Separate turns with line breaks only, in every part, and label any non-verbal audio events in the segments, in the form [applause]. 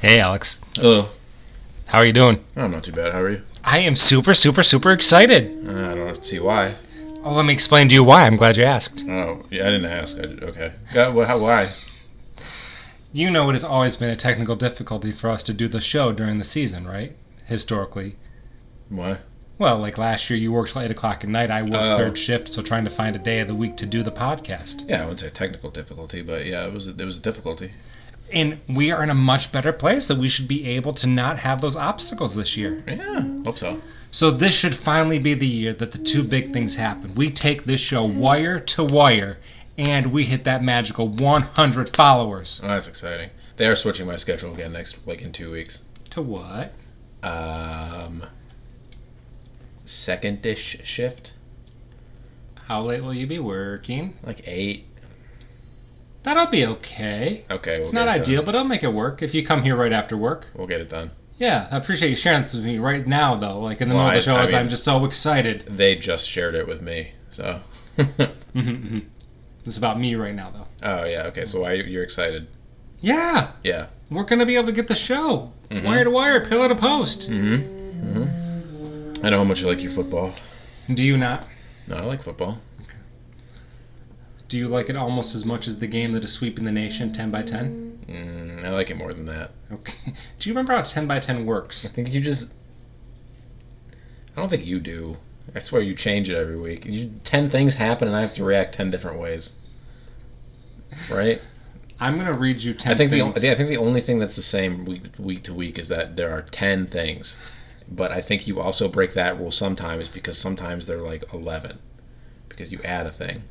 Hey, Alex.
Hello.
How are you doing?
I'm not too bad. How are you?
I am super, super, super excited.
Uh, I don't see why.
Well, let me explain to you why. I'm glad you asked.
Oh, yeah, I didn't ask. I did, okay. Yeah, well, how, why?
You know, it has always been a technical difficulty for us to do the show during the season, right? Historically.
Why?
Well, like last year, you worked till 8 o'clock at night. I worked
Oh.
third shift, so trying to find a day of the week to do the podcast.
Yeah, I wouldn't say technical difficulty, but yeah, it was it was a difficulty.
And we are in a much better place that we should be able to not have those obstacles this year.
Yeah, hope so.
So, this should finally be the year that the two big things happen. We take this show wire to wire, and we hit that magical 100 followers.
Oh, that's exciting. They are switching my schedule again next, like in two weeks.
To what?
Um, second ish shift,
How late will you be working?
like eight.
That'll be okay.
Okay, we'll
It's not
get it
ideal,
Done.
but I'll make it work if you come here right after work.
We'll get it done.
Yeah, I appreciate you sharing this with me right now, though. Like in the
Well,
middle of the
I-
show,
I
as
mean-
I'm just so excited. [laughs]
They just shared it with me, so. [laughs]
Mm-hmm, This is about me right now, though.
oh yeah. Okay. So why you're excited?
Yeah,
Yeah.
we're gonna be able to get the show
Mm-hmm.
wire to wire, pillar to post.
I know how much you like your football.
Do you not?
No, I like football.
Do you like it almost as much as the game that is sweeping the nation, ten by ten?
Mm, I like it more than that.
Okay. [laughs] Do you remember how ten by ten works?
I think you just. I don't think you do. I swear you change it every week. You, ten things happen, and I have to react ten different ways. Right?
I'm gonna read you [laughs] ten.
I think the
things.
only, I think the only thing that's the same week, week to week is that there are ten things, but I think you also break that rule sometimes because sometimes they're like eleven, because you add a thing,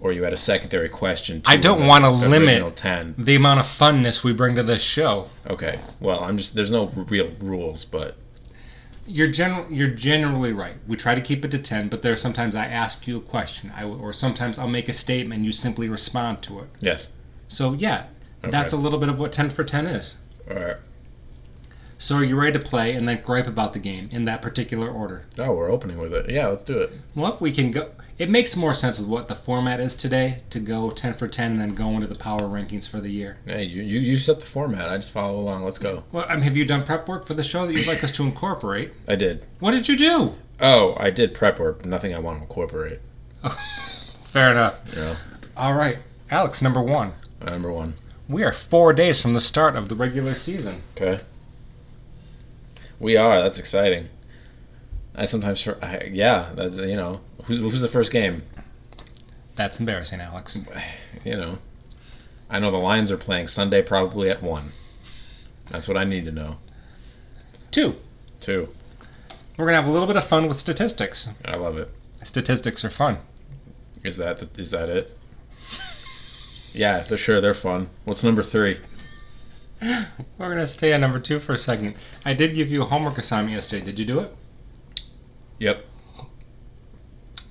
or you add a secondary question. To
I don't
the
wanna limit-
original ten.
the amount of funness we bring to this show.
Okay. Well, I'm just there's no real rules, but
You're general. You're generally right. We try to keep it to ten, but there are sometimes I ask you a question, I, will- or sometimes I'll make a statement. You simply respond to it.
yes.
So yeah, that's a little bit of what ten for ten is.
All right.
So are you ready to play and then gripe about the game in that particular order?
Oh, we're opening with it. Yeah, let's do it.
Well, if we can go. It makes more sense with what the format is today to go ten for ten and then go into the power rankings for the year.
Hey, you, you, you set the format. I just follow along. Let's go.
Well, um, have you done prep work for the show that you'd like us to incorporate?
I did.
What did you do?
Oh, I did prep work. Nothing I want to incorporate.
Fair enough.
Yeah.
All right, Alex, number one.
Number one.
We are four days from the start of the regular season.
Okay. We are. That's exciting. I sometimes, for, I, yeah, that's, you know, who's, who's the first game?
That's embarrassing, Alex.
You know, I know the Lions are playing Sunday probably at one. That's what I need to know.
Two,
Two.
we're going to have a little bit of fun with statistics.
I love it.
Statistics are fun.
Is that the, is that it? Yeah, they're sure they're fun. What's number three?
We're going to stay on number two for a second. I did give you a homework assignment yesterday. Did you do it?
Yep.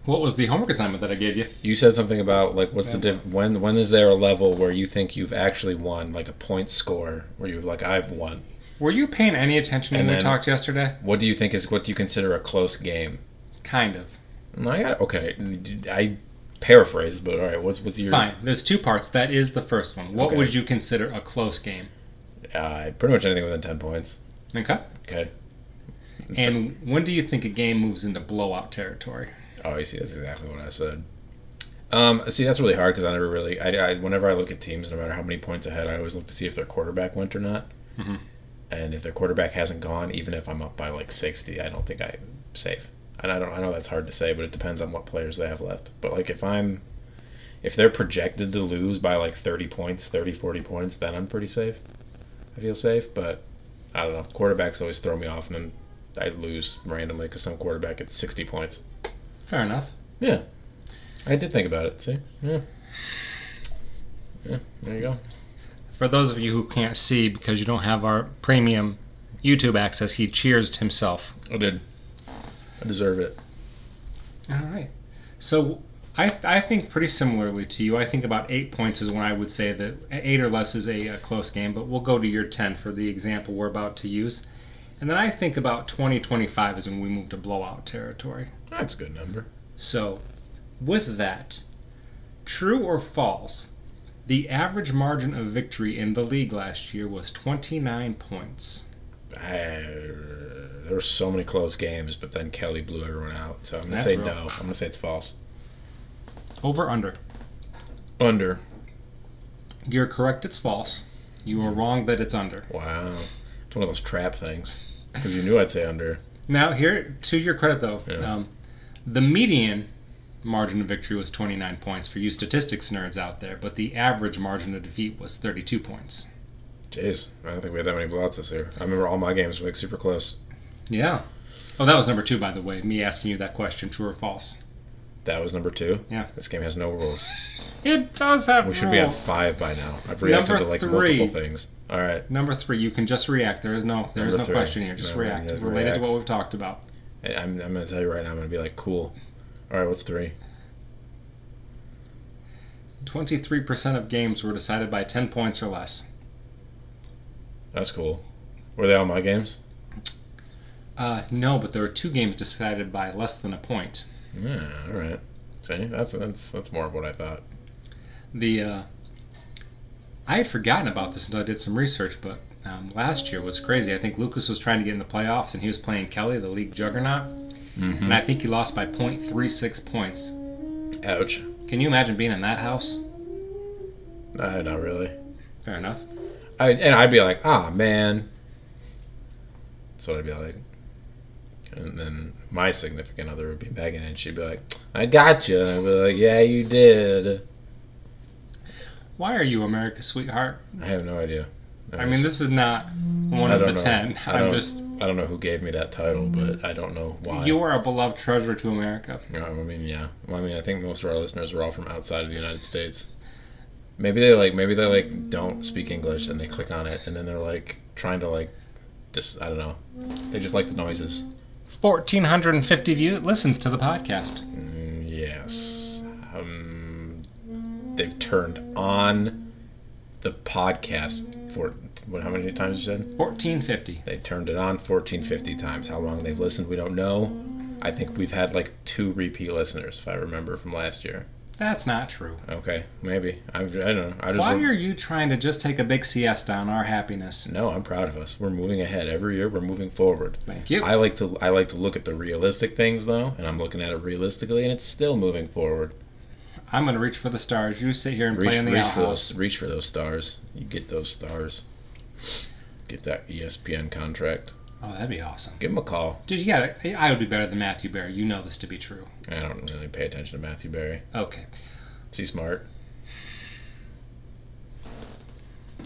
What was the homework assignment that I gave you?
You said something about like what's the diff- when when is there a level where you think you've actually won like a point score where you're like I've won.
Were you paying any attention when
And
we
then-
talked yesterday?
What do you think is what do you consider a close game?
Kind of.
And I got okay. I paraphrased, but all right. What's what's your
Fine. There's two parts. That is the first one. What
Okay.
would you consider a close game?
Uh, pretty much anything within ten points.
Okay.
Okay.
And when do you think a game moves into blowout territory?
Oh, you see, that's exactly what I said. Um, see, that's really hard because I never really. I, I whenever I look at teams, no matter how many points ahead, I always look to see if their quarterback went or not. And if their quarterback hasn't gone, even if I'm up by like sixty, I don't think I'm safe. And I don't. I know that's hard to say, but it depends on what players they have left. But like if I'm, if they're projected to lose by like thirty points, 30, 40 points, then I'm pretty safe. I feel safe, but I don't know. Quarterbacks always throw me off, and then I lose randomly because some quarterback gets sixty points.
Fair enough.
Yeah. I did think about it, see? Yeah. Yeah, there you go.
For those of you who can't see because you don't have our premium YouTube access, he cheers himself.
I did. I deserve it.
All right. So I, I think pretty similarly to you. I think about eight points is when I would say that eight or less is a, a close game, but we'll go to your 10 for the example we're about to use. And then I think about 20 25 is when we move to blowout territory.
That's a good number.
So, with that, true or false, The average margin of victory in the league last year was 29 points.
I, there were so many close games, but then Kelly blew everyone out. So I'm gonna
That's
say
real.
no. I'm gonna say it's false.
Over under.
Under.
You're correct, it's false. You are wrong that it's under.
Wow, it's one of those trap things because you knew I'd say under.
Now, here, to your credit though,
Yeah.
um, the median margin of victory was 29 points for you statistics nerds out there, but the average margin of defeat was 32 points.
Jeez, I don't think we had that many blowouts this year. I remember all my games were like super close.
Yeah. Oh, that was number two, by the way, me asking you that question true or false.
That was number two.
Yeah.
This game has no rules.
It does have
We should be at
rules.
five by now. I've reacted
Number
to like
three.
multiple things. All right.
Number three, you can just react. There is no, there is
Number
no
three.
question here. Just
No,
react.
just
Related to what
react.
we've talked about.
I- I'm, I'm going to tell you right now, I'm going to be like, cool. All right, what's three?
23% of games were decided by 10 points or less.
That's cool. Were they all my games?
Uh, no, but there were two games decided by less than a point.
Yeah, all right. See, that's, that's, that's more of what I thought.
The uh, I had forgotten about this until I did some research, but um, last year was crazy. I think Lucas was trying to get in the playoffs, and he was playing Kelly, the league juggernaut,
Mm-hmm.
and I think he lost by 0.36 points.
Ouch.
Can you imagine being in that house?
Uh, not really.
Fair enough.
I, and I'd be like, ah, man. That's what I'd be like. And then my significant other would be Megan, and she'd be like, I got you. I'd be like, yeah, you did.
Why are you America's sweetheart?
I have no idea.
I mean, this is not one
I
of the
don't know.
ten.
I
I'm
don't-
just
I don't know who gave me that title, but I don't know why.
you are a beloved treasure to America.
Yeah, I mean, yeah. Well, I mean, I think most of our listeners are all from outside of the United States. Maybe they like, maybe they like don't speak English, and they click on it, and then they're like trying to like, this. I don't know. They just like the noises.
1450 view listens to the podcast.
Mm, yes. Um, they've turned on the podcast for what? How many times you said
1450.
they turned it on? Fourteen fifty times. How long they've listened, we don't know. I think we've had like two repeat listeners, if I remember from last year.
That's not true.
Okay, maybe. I'm, I don't know. I just
Why are you trying to just take a big siesta on our happiness?
no. I'm proud of us. We're moving ahead every year. We're moving forward.
Thank you.
I like to I like to look at the realistic things though, and I'm looking at it realistically, and it's still moving forward.
I'm gonna reach for the stars. You sit here and
Reach,
play in the
reach for those
outhouse.
reach for those stars. You get those stars. Get that E ESPN contract.
Oh, that'd be awesome,
Give him a call.
dude. You gotta. I would be better than Matthew Barry. You know this to be true.
I don't really pay attention to Matthew Barry.
Okay.
Is he smart?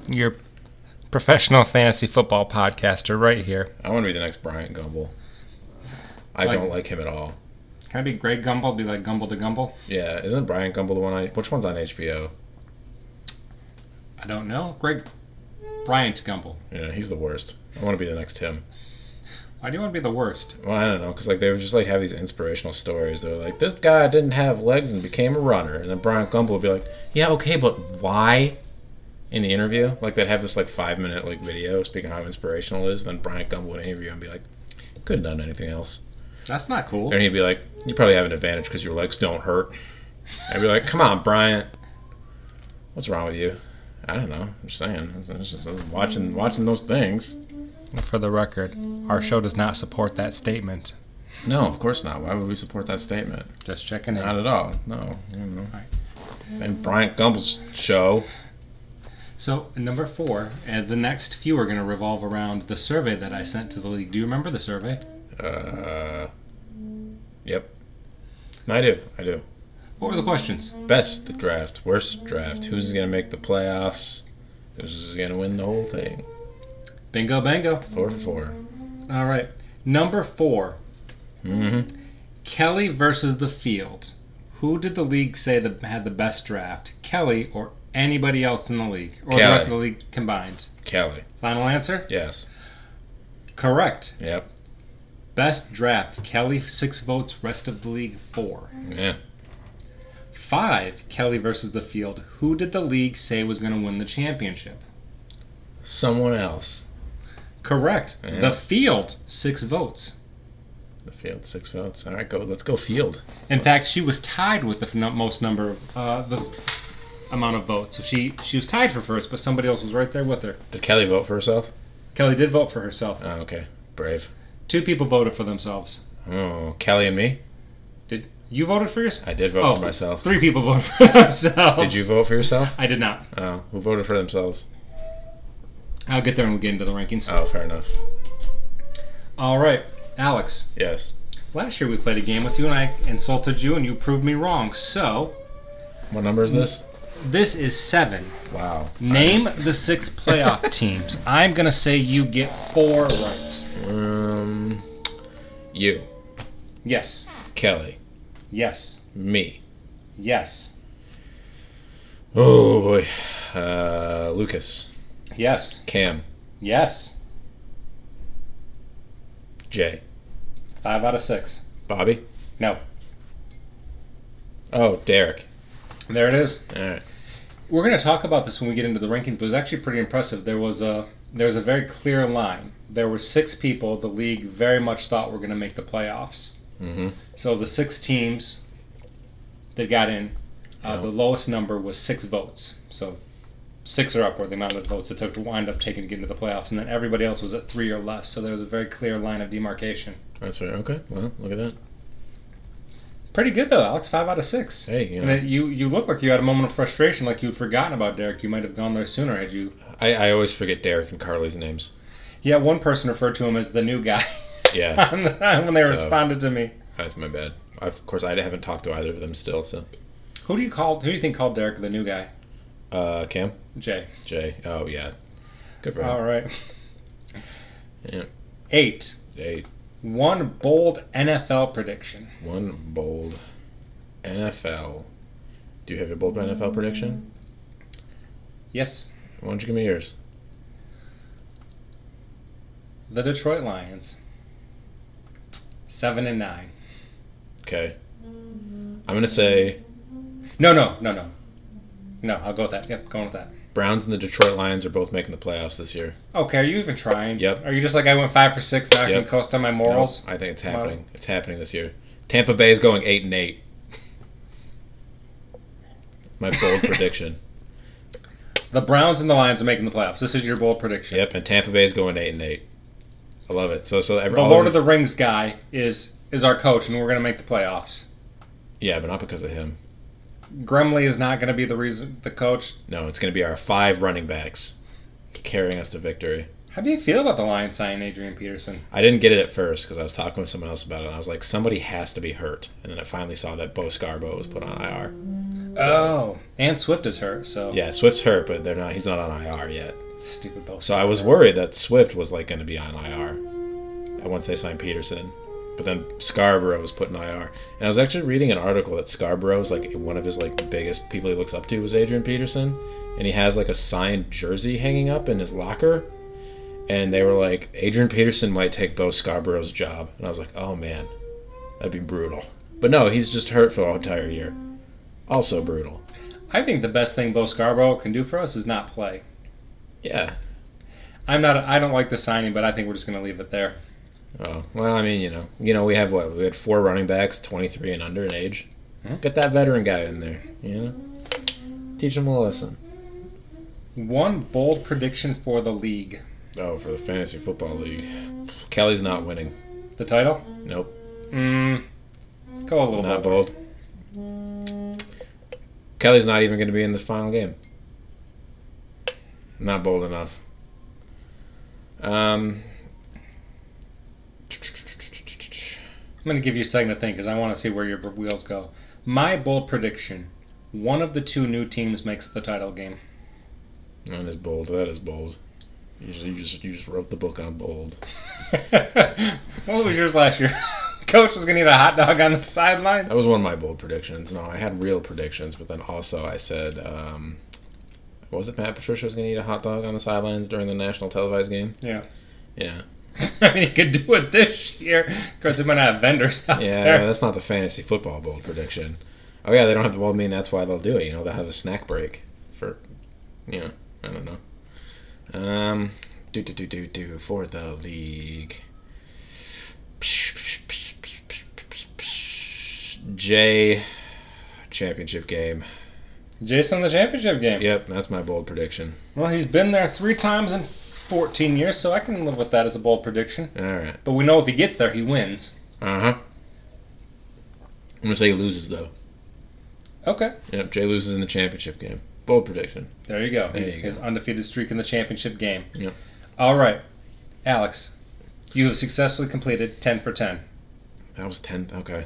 Your professional fantasy football podcaster, right here.
I want to be the next Bryant Gumble. I
Like-
don't like him at all.
Can I be Greg Gumbel? Be like Gumbel to Gumbel?
Yeah, isn't Bryant Gumble the one I? Which one's on HBO?
I don't know. Greg Bryant Gumbel.
Yeah, he's the worst. I want to be the next him.
Why do you want to be the worst?
Well, I don't know, because like they would just like have these inspirational stories. They're like, this guy didn't have legs and became a runner, and then Brian Gumble would be like, yeah, okay, but why? In the interview, like they'd have this like five minute like video speaking how inspirational it is. Then Brian Gumble would interview and be like, couldn't done anything else.
That's not cool.
And he'd be like, you probably have an advantage because your legs don't hurt. I'd be like, come on, Bryant, what's wrong with you? I don't know. I'm just saying, It's- it's just- it's watching watching those things.
For the record, our show does not support that statement.
No, of course not. Why would we support that statement?
Just checking in.
Not at all. No. I don't know. It's in Bryant Gumble's show.
So number four, and the next few are going to revolve around the survey that I sent to the league. Do you remember the survey?
Uh, yep. I do. I do.
What were the questions?
Best draft. Worst draft. Who's going to make the playoffs? Who's going to win the whole thing?
Bingo, bango.
Four for four.
All right. Number four,
Mm-hmm.
Kelly versus the field. Who did the league say the, had the best draft, Kelly or anybody else in the league, or the
Kelly.
rest of the league combined?
Kelly.
Final answer.
Yes.
Correct.
Yep.
Best draft, Kelly six votes. Rest of the league four.
Yeah.
Five, Kelly versus the field. Who did the league say was going to win the championship?
Someone else.
Correct.
Yeah.
The field, six votes.
The field six votes. All right, go. Let's go field.
In fact, she was tied with the f- most number of uh, the amount of votes. So she she was tied for first, but somebody else was right there with her.
Did Kelly vote for herself?
Kelly did vote for herself.
Oh, okay. Brave.
Two people voted for themselves.
Oh, Kelly and me?
Did you voted for yourself?
I did vote for myself.
Oh, Three people voted for [laughs] themselves.
Did you vote for yourself?
I did not.
Oh, who voted for themselves?
I'll get there and we'll get into the rankings.
Oh, fair enough.
All right, Alex.
Yes.
Last year we played a game with you, and I insulted you, and you proved me wrong. So
What number is this?
this is seven.
Wow.
Name the six
[laughs]
playoff teams. I'm gonna say you get four right.
Um, you,
Yes.
Kelly,
Yes.
me.
Yes.
Oh boy. Uh, Lucas,
Yes.
Cam,
Yes.
Jay,
Five out of six.
Bobby.
No.
Oh, Derek.
There it is.
All right.
We're going to talk about this when we get into the rankings, but it was actually pretty impressive. There was a there was a very clear line. There were six people the league very much thought were going to make the playoffs.
Mm-hmm.
So the six teams that got in, uh,
Yeah.
the lowest number was six votes. So six or upward, the amount of votes it took to wind up taking to get into the playoffs, and then everybody else was at three or less. So there was a very clear line of demarcation.
That's right. Okay. Well, look at that.
Pretty good though, Alex. Five out of six.
Hey, you
And
know,
it, you you look like you had a moment of frustration, like you'd forgotten about Derek. You might have gone there sooner had you.
I, I always forget Derek and Carly's names.
Yeah, one person referred to him as the new guy [laughs]
Yeah,
on the- when they
So-
responded to me.
that's my bad. I, of course, I haven't talked to either of them still. So,
Who do you call? Who do you think called Derek the new guy?
uh, Cam,
Jay.
Jay. Oh yeah. Good for him.
All right.
Yeah.
Eight.
Jay.
One bold NFL prediction.
One bold NFL. Do you have your bold NFL prediction?
Yes,
Why don't you give me yours?
the Detroit Lions. Seven and nine.
Okay. I'm gonna say
No, no, no, no. No, I'll go with that. Yep, going with that.
Browns and the Detroit Lions are both making the playoffs this year.
Okay, are you even trying?
Yep.
Are you just like I went five for six? Now I can
Yep.
coast on my morals.
I think it's happening. It's happening this year. Tampa Bay is going eight and eight. My bold prediction.
The Browns and the Lions are making the playoffs. This is your bold prediction.
Yep, and Tampa Bay is going eight and eight. I love it. So so every,
The
all
Lord of
these-
the Rings guy is is our coach, and we're going to make the playoffs.
yeah, but not because of him.
Gremley is not going to be the reason the coach.
No, it's going to be our five running backs carrying us to victory.
How do you feel about the Lions signing Adrian Peterson?
I didn't get it at first because I was talking with someone else about it, and I was like, somebody has to be hurt. And then I finally saw that Bo Scarbo was put on IR.
Oh, and Swift is hurt, so
Yeah, Swift's hurt, but they're not. He's not on IR yet.
stupid both.
So I was worried that Swift was like going to be on IR uh, once they signed Peterson, but then Scarborough was put in IR. And I was actually reading an article that Scarborough is like one of his like biggest people he looks up to was Adrian Peterson, and he has like a signed jersey hanging up in his locker. And they were like, Adrian Peterson might take Bo Scarborough's job, and I was like, oh man, that'd be brutal. But no, he's just hurt for the entire year. Also brutal.
I think the best thing Bo Scarborough can do for us is not play.
Yeah.
I'm not. I don't like the signing, but I think we're just going to leave it there.
Oh well, I mean, you know, you know, we have what we had four running backs, twenty three and under in age. Get that veteran guy in there, you know. Teach him a lesson.
One bold prediction for the league:
Oh, for the fantasy football league, Kelly's not winning.
the title.
Nope,
Mm, go a little
not
bit.
bold. Kelly's not even going to be in this final game. Not bold enough. Um.
I'm going to give you a second to think because I want to see where your wheels go. My bold prediction: one of the two new teams makes the title game. [laughs]
That is bold. That is bold. You just, you just, you just wrote the book on bold.
what was yours last year? [laughs] Coach was gonna eat a hot dog on the sidelines.
That was one of my bold predictions. No, I had real predictions, but then also I said, um, what was it Matt Patricia was going to eat a hot dog on the sidelines during the national televised game?
yeah. [laughs]
Yeah.
I mean, he could do it this year. Of course, they might not have vendors out
Yeah,
there.
that's not the fantasy football bold prediction. Oh, yeah, they don't have the bold mean that's why they'll do it. You know, they'll have a snack break for, you know, I don't know. Um, do, do, do, do, do, for the league. J championship game.
Jason the championship game.
Yep, that's my bold prediction.
Well, he's been there three times in 14 years, so I can live with that as a bold prediction.
All right.
But we know if he gets there, he wins.
Uh huh. I'm gonna say he loses though.
Okay.
Yep, Jay loses in the championship game. Bold prediction.
There you go.
There you
His undefeated streak in the championship game.
Yep.
All right, Alex, you have successfully completed 10 for 10.
That was tenth. Okay.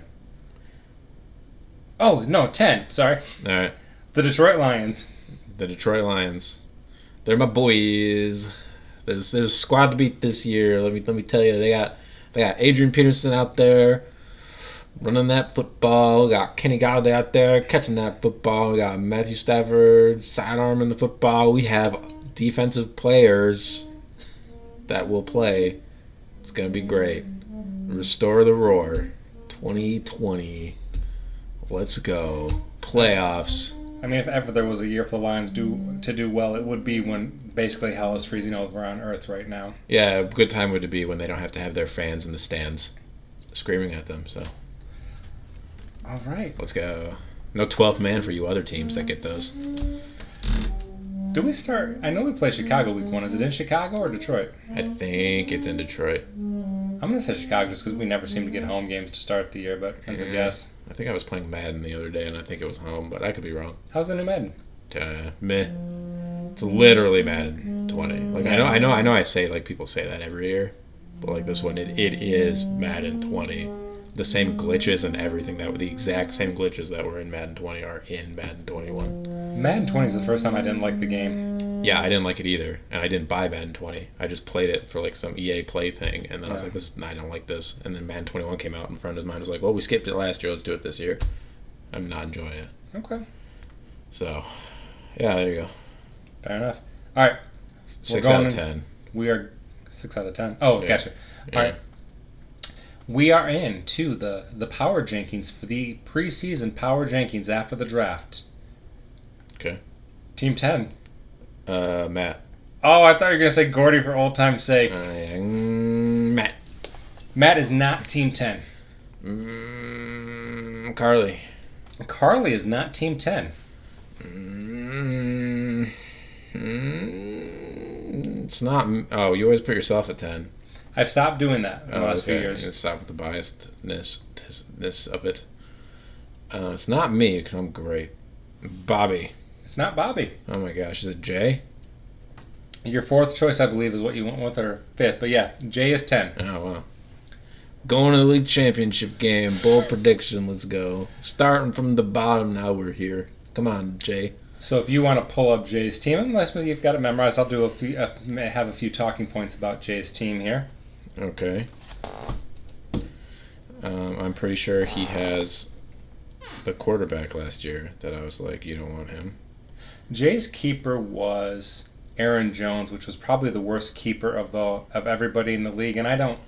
Oh, no, 10. Sorry.
All right.
The Detroit Lions.
The Detroit Lions. They're my boys. There's there's a squad to beat this year. Let me let me tell you, they got they got Adrian Peterson out there running that football. We got Kenny Galladay out there catching that football. We got Matthew Stafford sidearm in the football. We have defensive players that will play. It's gonna be great. Restore the roar. 2020. Let's go. Playoffs.
I mean, if ever there was a year for the Lions do, to do well, it would be when basically hell is freezing over on Earth right now.
Yeah, a good time would it be when they don't have to have their fans in the stands screaming at them. So
All right.
let's go. No 12th man for you other teams that get those.
Do we start? I know we play Chicago week one. Is it in Chicago or Detroit?
I think it's in Detroit.
I'm going to say Chicago just because we never seem to get home games to start the year, but that's a
Yeah.
guess.
I think I was playing Madden the other day and I think it was home, but I could be wrong.
How's the new Madden?
Uh, meh. It's literally Madden 20. Like I know, I know, I know. I say like people say that every year, but like this one, it, it is Madden 20. The same glitches and everything that were the exact same glitches that were in Madden 20 are in Madden 21.
Madden 20 is the first time I didn't like the game.
Yeah, I didn't like it either, and I didn't buy Madden 20. I just played it for like some EA play thing, and then I was
Yeah.
like, "This, I don't like this." And then Madden 21 came out, and a friend of mine was like, "Well, we skipped it last year. Let's do it this year." I'm not enjoying it.
Okay.
So, yeah, there you go.
Fair enough. All right.
Six
going
out of
in-
ten.
We are six out of ten. Oh,
Yeah.
gotcha.
Yeah.
All right. We are in to the the power jankings for the preseason power jankings after the draft.
Okay.
Team ten.
Uh, Matt.
Oh, I thought you were gonna say Gordy for old time's sake.
I am Matt.
Matt is not team ten.
Mm, Carly.
Carly is not team ten.
Mm, mm, it's not. m- Oh, you always put yourself at ten.
I've stopped doing that in the
Oh,
last few
okay.
years.
Let's Stop with the biasedness tis- ness of it. Uh, it's not me because I'm great. Bobby.
It's not Bobby.
Oh my gosh, is it Jay?
Your fourth choice, I believe, is what you went with, or fifth. But yeah, Jay is ten.
Oh wow. Going to the league championship game. Bold prediction. Let's go. Starting from the bottom. Now we're here. Come on, Jay.
So if you want to pull up Jay's team, unless you've got it memorized, I'll do a few, uh, have a few talking points about Jay's team here.
Okay. Um, I'm pretty sure he has the quarterback last year that I was like, you don't want him.
Jay's keeper was Aaron Jones, which was probably the worst keeper of the of everybody in the league. And I don't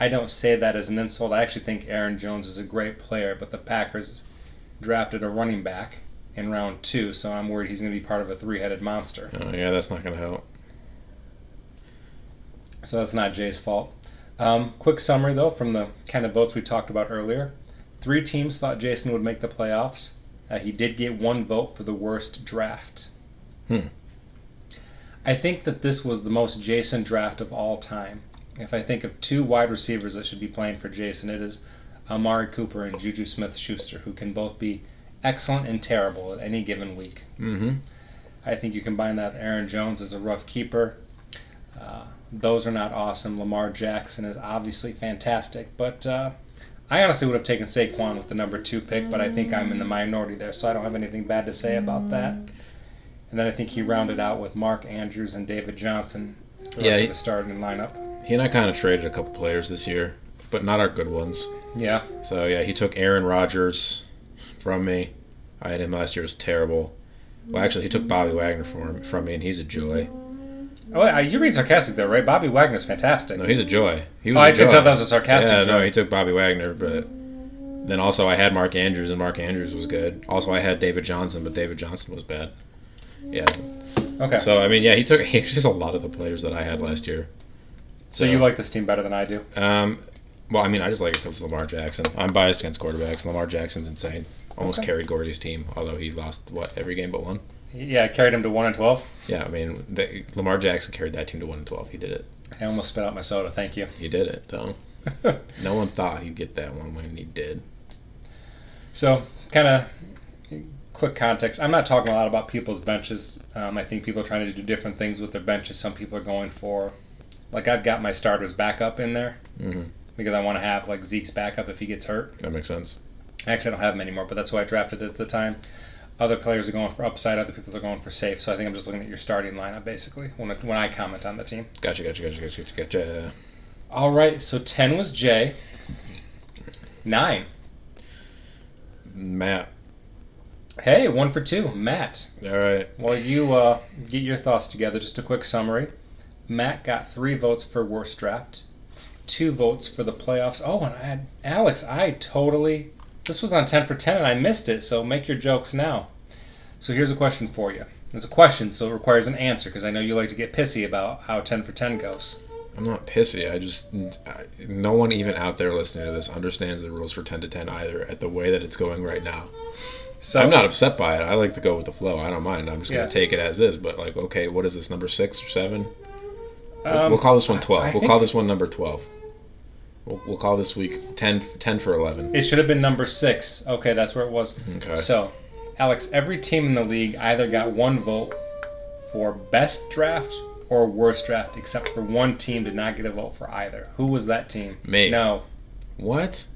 I don't say that as an insult. I actually think Aaron Jones is a great player, but the Packers drafted a running back in round two, so I'm worried he's going to be part of a three headed monster.
Oh yeah, that's not gonna help.
So that's not Jay's fault. Um, quick summary though from the kind of votes we talked about earlier. Three teams thought Jason would make the playoffs. Uh, he did get one vote for the worst draft.
Hmm.
I think that this was the most Jason draft of all time. If I think of two wide receivers that should be playing for Jason, it is Amari Cooper and Juju Smith Schuster, who can both be excellent and terrible at any given week.
Mm-hmm.
I think you combine that. Aaron Jones is a rough keeper. Uh, those are not awesome. Lamar Jackson is obviously fantastic, but uh, I honestly would have taken Saquon with the number two pick, but I think I'm in the minority there, so I don't have anything bad to say about that. And then I think he rounded out with Mark Andrews and David Johnson, the
Yeah,
rest
he-
of the starting lineup.
He and I kind of traded a couple players this year, but not our good ones.
Yeah,
So yeah, he took Aaron Rodgers from me. I had him last year; it was terrible. Well, actually, he took Bobby Wagner from from me, and he's a joy.
Oh, uh, you're being sarcastic there, right? Bobby Wagner's fantastic.
No, he's a joy. He was.
oh,
I
I could tell that was a sarcastic
Yeah, no,
joke.
he took Bobby Wagner, but then also I had Mark Andrews, and Mark Andrews was good. Also, I had David Johnson, but David Johnson was bad. Yeah.
Okay, so,
So I mean, yeah, he took [laughs] he just a lot of the players that I had last year.
you like this team better than I do.
Um, well, I mean, I just like it because Lamar Jackson. I'm biased against quarterbacks. and Lamar Jackson's insane. Almost
Okay.
carried Gordy's team, although he lost what every game but one.
Yeah, I carried him to one and twelve.
Yeah, I mean they, Lamar Jackson carried that team to one and twelve. He did it.
I almost spit out my soda. Thank you.
He did it though. No one thought he'd get that one when he did.
so, kind of quick context. I'm not talking a lot about people's benches. Um, I think people are trying to do different things with their benches. Some people are going for, like, I've got my starters back up in there
Mm-hmm.
because I want to have like Zeke's backup if he gets hurt.
That makes sense.
Actually, I don't have him anymore, but that's who I drafted at the time. Other players are going for upside. Other people are going for safe. So I think I'm just looking at your starting lineup basically when I, when I comment on the team.
Gotcha, gotcha, gotcha, gotcha, gotcha, gotcha.
All right. So ten was Jay. Nine.
Matt.
Hey, one for two, Matt.
All right.
While you uh, get your thoughts together, just a quick summary. Matt got three votes for worst draft, two votes for the playoffs. Oh, and I had Alex. I totally. This was on 10 for 10 and I missed it, so make your jokes now. So here's a question for you. It's a question, so it requires an answer because I know you like to get pissy about how 10 for 10 goes.
I'm not pissy. I just I, no one even out there listening to this understands the rules for 10 to 10 either at the way that it's going right now.
So
I'm not upset by it. I like to go with the flow. I don't mind. I'm just
Yeah.
gonna take it as is. But like, okay, what is this number six or seven?
Um,
we'll call this one
I
12. We'll
think-
call this one number 12. We'll, we'll call this week 10, 10 for 11.
It should have been number six. Okay, that's where it was.
Okay.
So, Alex, every team in the league either got one vote for best draft or worst draft, except for one team did not get a vote for either. Who was that team?
Me.
No,
What?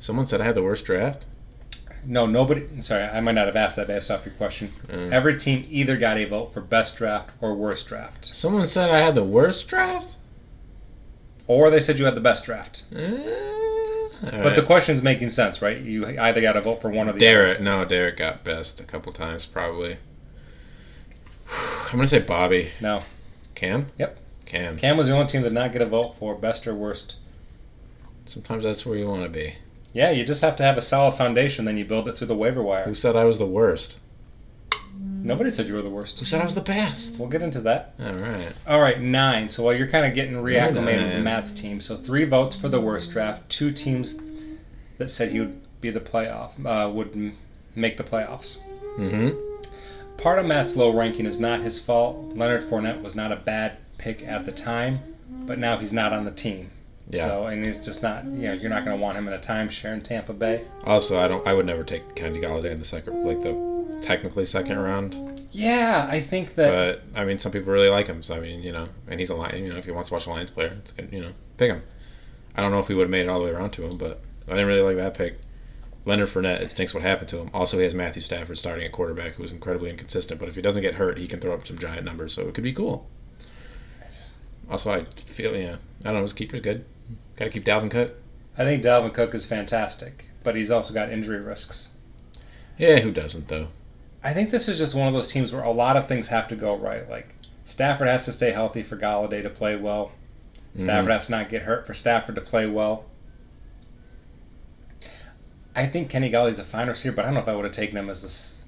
Someone said I had the worst draft?
no, nobody. Sorry, I might not have asked that based off your question.
Mm.
Every team either got a vote for best draft or worst draft,
Someone said I had the worst draft? Eh,
or they said you had the best draft. But
but
the question's making sense, right? You either got a vote for one or the
Derek, no, Derek got best a couple times probably. [sighs] I'm gonna say Bobby.
other. No.
Cam?
Yep.
Cam.
Cam was the only team that did not get a vote for best or worst
Sometimes that's where you want to be.
Yeah, you just have to have a solid foundation, then you build it through the waiver wire.
Who said I was the worst?
Nobody said you were the
Who
worst.
said I was the best?
We'll get into that.
All right.
All right, nine. So while you're kind of getting reacclimated with
Nine.
Matt's team, so three votes for the worst draft, two teams that said he would be the playoff, uh, would m- make the playoffs.
Mm-hmm.
Part of Matt's low ranking is not his fault. Leonard Fournette was not a bad pick at the time, but now he's not on the team.
Yeah.
So and he's just not. You know, you're not going to want him in a timeshare in Tampa Bay.
Also, I don't. I would never take Kenny Galladay in the second, like the technically second round.
Yeah, I think that.
But I mean, some people really like him. So I mean, you know, and he's a lion. You know, if he wants to watch a Lions player, it's good. You know, pick him. I don't know if we would have made it all the way around to him, but I didn't really like that pick. Leonard Fournette, it stinks what happened to him. Also, he has Matthew Stafford starting at quarterback, who is incredibly inconsistent. But if he doesn't get hurt, he can throw up some giant numbers, so it could be cool. Also, I feel yeah, I don't know. His keeper's good. Got to keep Dalvin Cook.
I think Dalvin Cook is fantastic, but he's also got injury risks.
Yeah, who doesn't though?
I think this is just one of those teams where a lot of things have to go right. Like Stafford has to stay healthy for Galladay to play well. Stafford has to not get hurt for Stafford to play well. I think Kenny Galladay's a fine receiver, but I don't know if I would have taken him as this.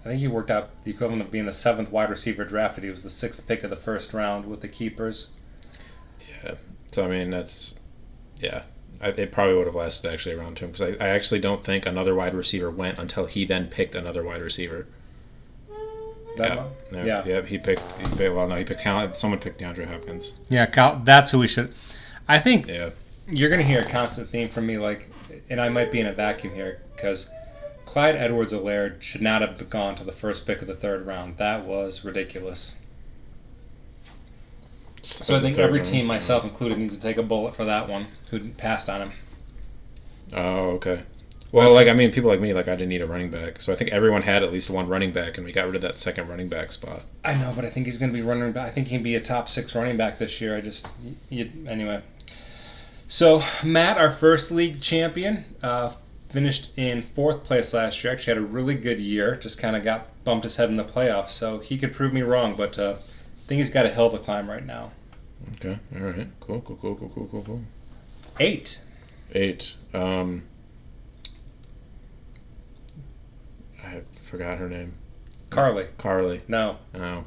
I think he worked out the equivalent of being the seventh wide receiver drafted. He was the sixth pick of the first round with the keepers.
Yeah. So I mean, that's yeah. I, it probably would have lasted actually around to him because I, I actually don't think another wide receiver went until he then picked another wide receiver.
That
yeah.
one-
No,
yeah.
Yep. He picked. He picked. Well, no. He picked. Cal- Someone picked DeAndre Hopkins.
Yeah, Cal, that's who we should. I think
Yeah.
you're gonna hear a constant theme from me, like, and I might be in a vacuum here because Clyde edwards alaire should not have gone to the first pick of the third round. That was ridiculous. So I think
the third
every
round.
team, myself included, needs to take a bullet for that one who passed on him.
Oh, okay. Well, like I mean, people like me, like I didn't need a running back, so I think everyone had at least one running back, and we got rid of that second running back spot.
I know, but I think he's gonna be running. back. I think he'd be a top six running back this year. I just, you, anyway. So Matt, our first league champion, uh, finished in fourth place last year. Actually, had a really good year. Just kind of got bumped his head in the playoffs, so he could prove me wrong. But uh, I think he's got a hill to climb right now.
Okay. All right. Cool. Cool. Cool. Cool. Cool. Cool. Cool.
Eight.
Eight. Um. I forgot her name.
Carly.
Carly.
No,
Oh.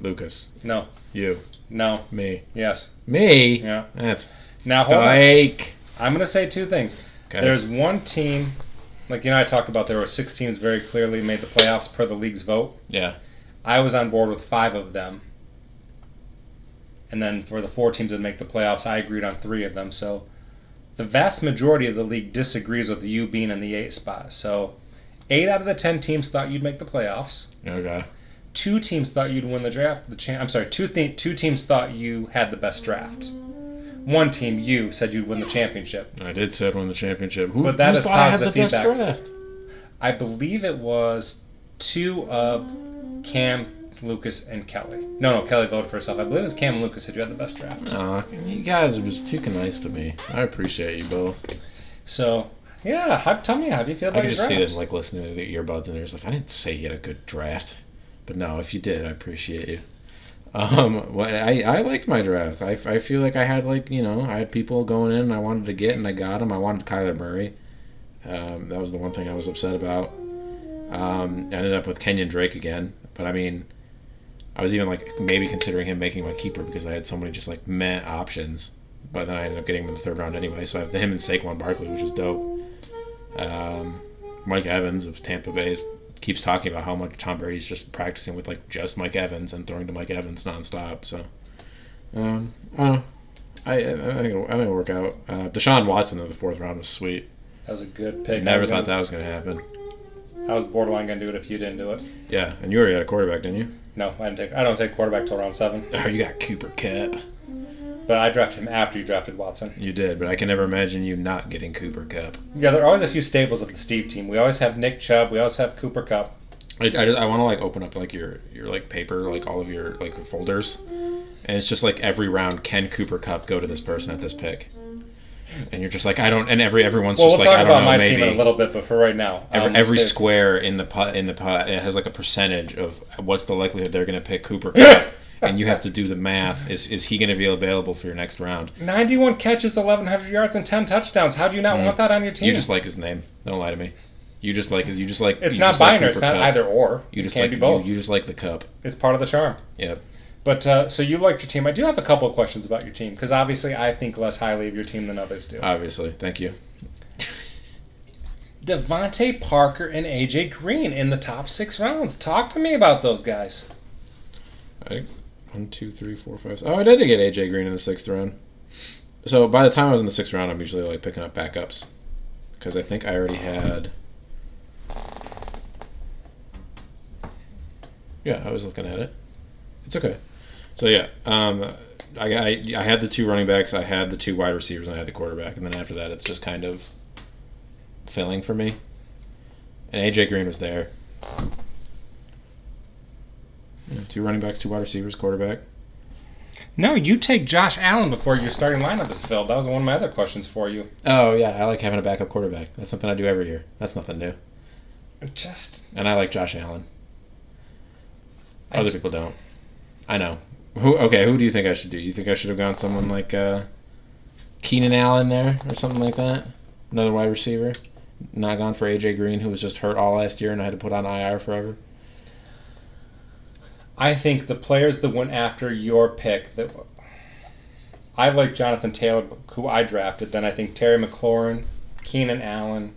Lucas.
no,
You.
no.
Me.
Yes.
Me?
Yeah.
That's
Now hold on.
fake.
I'm gonna say two things.
Okay.
There's one team, like you know, I talked about there were six teams very clearly made the playoffs per the league's vote.
yeah.
I was on board with five of them. And then for the four teams that make the playoffs, I agreed on three of them. So the vast majority of the league disagrees with you being in the eight spot. So eight out of the ten teams thought you'd make the playoffs.
Okay.
Two teams thought you'd win the draft. The champ. I'm sorry. Two th- two teams thought you had the best draft. One team, you said you'd win the championship.
I did say I'd win the championship. Who,
But that
who
is
thought I had the
positive
best
feedback.
draft?
I believe it was two of Cam, Lucas, and Kelly. No, no, Kelly voted for herself. I believe it was Cam and Lucas said you had the best draft.
Aw, you guys are just too nice to me. I appreciate you both.
So, yeah, how, tell me, how do you feel
I
about your
could just
draft?
see them like listening to the earbuds and they're just like, I didn't say you had a good draft. But no, if you did, I appreciate you. Um, well, I, I liked my draft. I, I feel like I had like, you know, I had people going in and I wanted to get and I got him. I wanted Kyler Murray. Um, that was the one thing I was upset about. Um, I ended up with Kenyon Drake again. But I mean, I was even like maybe considering him making my keeper because I had so many just like meh options. But then I ended up getting him in the third round anyway. So I have him and Saquon Barkley, which is dope. Um, Mike Evans of Tampa Bay is, keeps talking about how much Tom Brady's just practicing with like just Mike Evans and throwing to Mike Evans nonstop. So, um, I don't know. I, I I think it'll, I think it'll work out. Uh, Deshaun Watson in the fourth round was sweet.
That was a good pick. I
Never
was
thought
gonna-
that was going to happen.
I was borderline going to do it if you didn't do it.
Yeah, and you already had a quarterback, didn't you?
No, I didn't take. I don't take quarterback till round seven,
Oh, you got Cooper Cup.
but I drafted him after you drafted Watson.
You did, but I can never imagine you not getting Cooper Cup.
Yeah, there are always a few staples of the Steve team. We always have Nick Chubb. We always have Cooper Cup.
I, I just I want to like open up like your your like paper like all of your like folders, and it's just like every round can Cooper Cup go to this person at this pick, and you're just like I don't and every everyone's
Well,
just
we'll
like
talk
I don't
about my
know maybe
team in a little bit, but for right now,
every,
um,
every
let's do-
square in the pot in the pot it has like a percentage of what's the likelihood they're gonna
[laughs]
pick Cooper Cup, and you have to do the math is is he gonna be available for your next round?
91 catches, 1,100 yards, and 10 touchdowns. How do you not want that on your team?
Mm. You just like his name. Don't lie to me. You just like you just like
it's
you
not
just like
binary. it's
Cooper
not
Kupp.
either or.
You just
it can't
like
be both.
You, you just like the cup.
it's part of the charm.
Yep.
But uh, so you liked your team. I do have a couple of questions about your team because obviously I think less highly of your team than others do.
Obviously. Thank you.
Devonte Parker and AJ Green in the top six rounds. Talk to me about those guys.
I, one, two, three, four, five. Oh, I did get AJ Green in the sixth round. So by the time I was in the sixth round, I'm usually like picking up backups because I think I already had. Yeah, I was looking at it. It's okay. So yeah, um, I, I I had the two running backs, I had the two wide receivers, and I had the quarterback, and then after that, it's just kind of filling for me. And AJ Green was there. Yeah, two running backs, two wide receivers, quarterback.
No, you take Josh Allen before your starting lineup is filled. That was one of my other questions for you.
Oh yeah, I like having a backup quarterback. That's something I do every year. That's nothing new.
Just
And I like Josh Allen.
I
Other
ju-
people don't. I know. Who? Okay, who do you think I should do? You think I should have gone someone like uh, Keenan Allen there or something like that? Another wide receiver. Not gone for AJ Green, who was just hurt all last year and I had to put on IR forever.
I think the players that went after your pick that I like Jonathan Taylor, who I drafted. Then I think Terry McLaurin, Keenan Allen.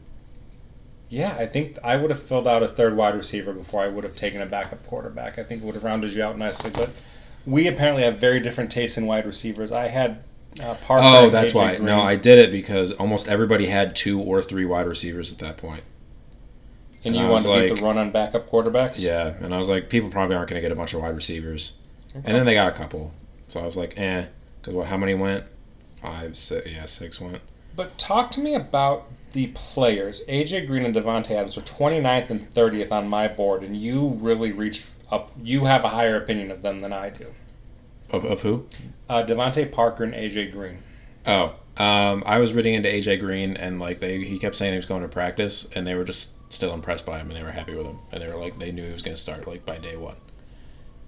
Yeah, I think I would have filled out a third wide receiver before I would have taken a backup quarterback. I think it would have rounded you out nicely. But we apparently have very different tastes in wide receivers. I had uh, Parker.
Oh,
and
that's
AJ
why.
Green.
No, I did it because almost everybody had two or three wide receivers at that point.
and
and
you
I
wanted
was
to beat
like-
the run on backup quarterbacks.
Yeah, and I was like, people probably aren't going to get a bunch of wide receivers, and then they got a couple. So I was like, eh, because what? How many went? Five, six, yeah, six went.
But talk to me about the players. AJ Green and Devontae Adams were 29th and 30th on my board, and you really reached up. You have a higher opinion of them than I do.
Of, of who?
Uh, Devontae Parker and AJ Green.
Oh, um, I was reading into AJ Green, and like they, he kept saying he was going to practice, and they were just still impressed by him, and they were happy with him, and they were like, they knew he was going to start like by day one.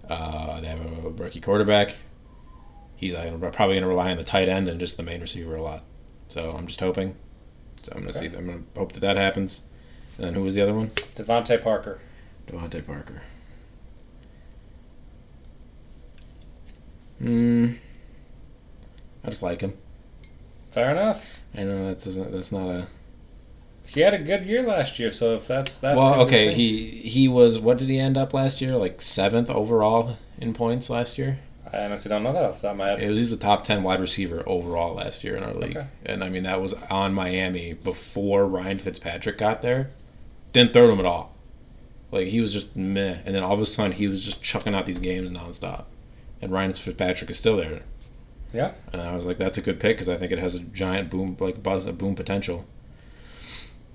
Uh, they have a rookie quarterback. He's like, probably going to rely on the tight end and just the main receiver a lot. So I'm just hoping. So I'm going to see. I'm going to hope that that happens. And then who was the other one?
Devontae Parker.
Devontae Parker. Mm, I just like him.
Fair enough.
I know that's that's not a
He had a good year last year, so if that's that's
well,
gonna be the
okay.
thing-
He he was what did he end up last year? Like seventh overall in points last year.
I honestly don't know that off the top of my head.
It was, he was a top ten wide receiver overall last year in our league,
Okay.
and I mean that was on Miami before Ryan Fitzpatrick got there. Didn't throw to him at all. Like he was just meh, and then all of a sudden he was just chucking out these games nonstop, and Ryan Fitzpatrick is still there.
Yeah.
And I was like, that's a good pick because I think it has a giant boom, like buzz, a boom potential.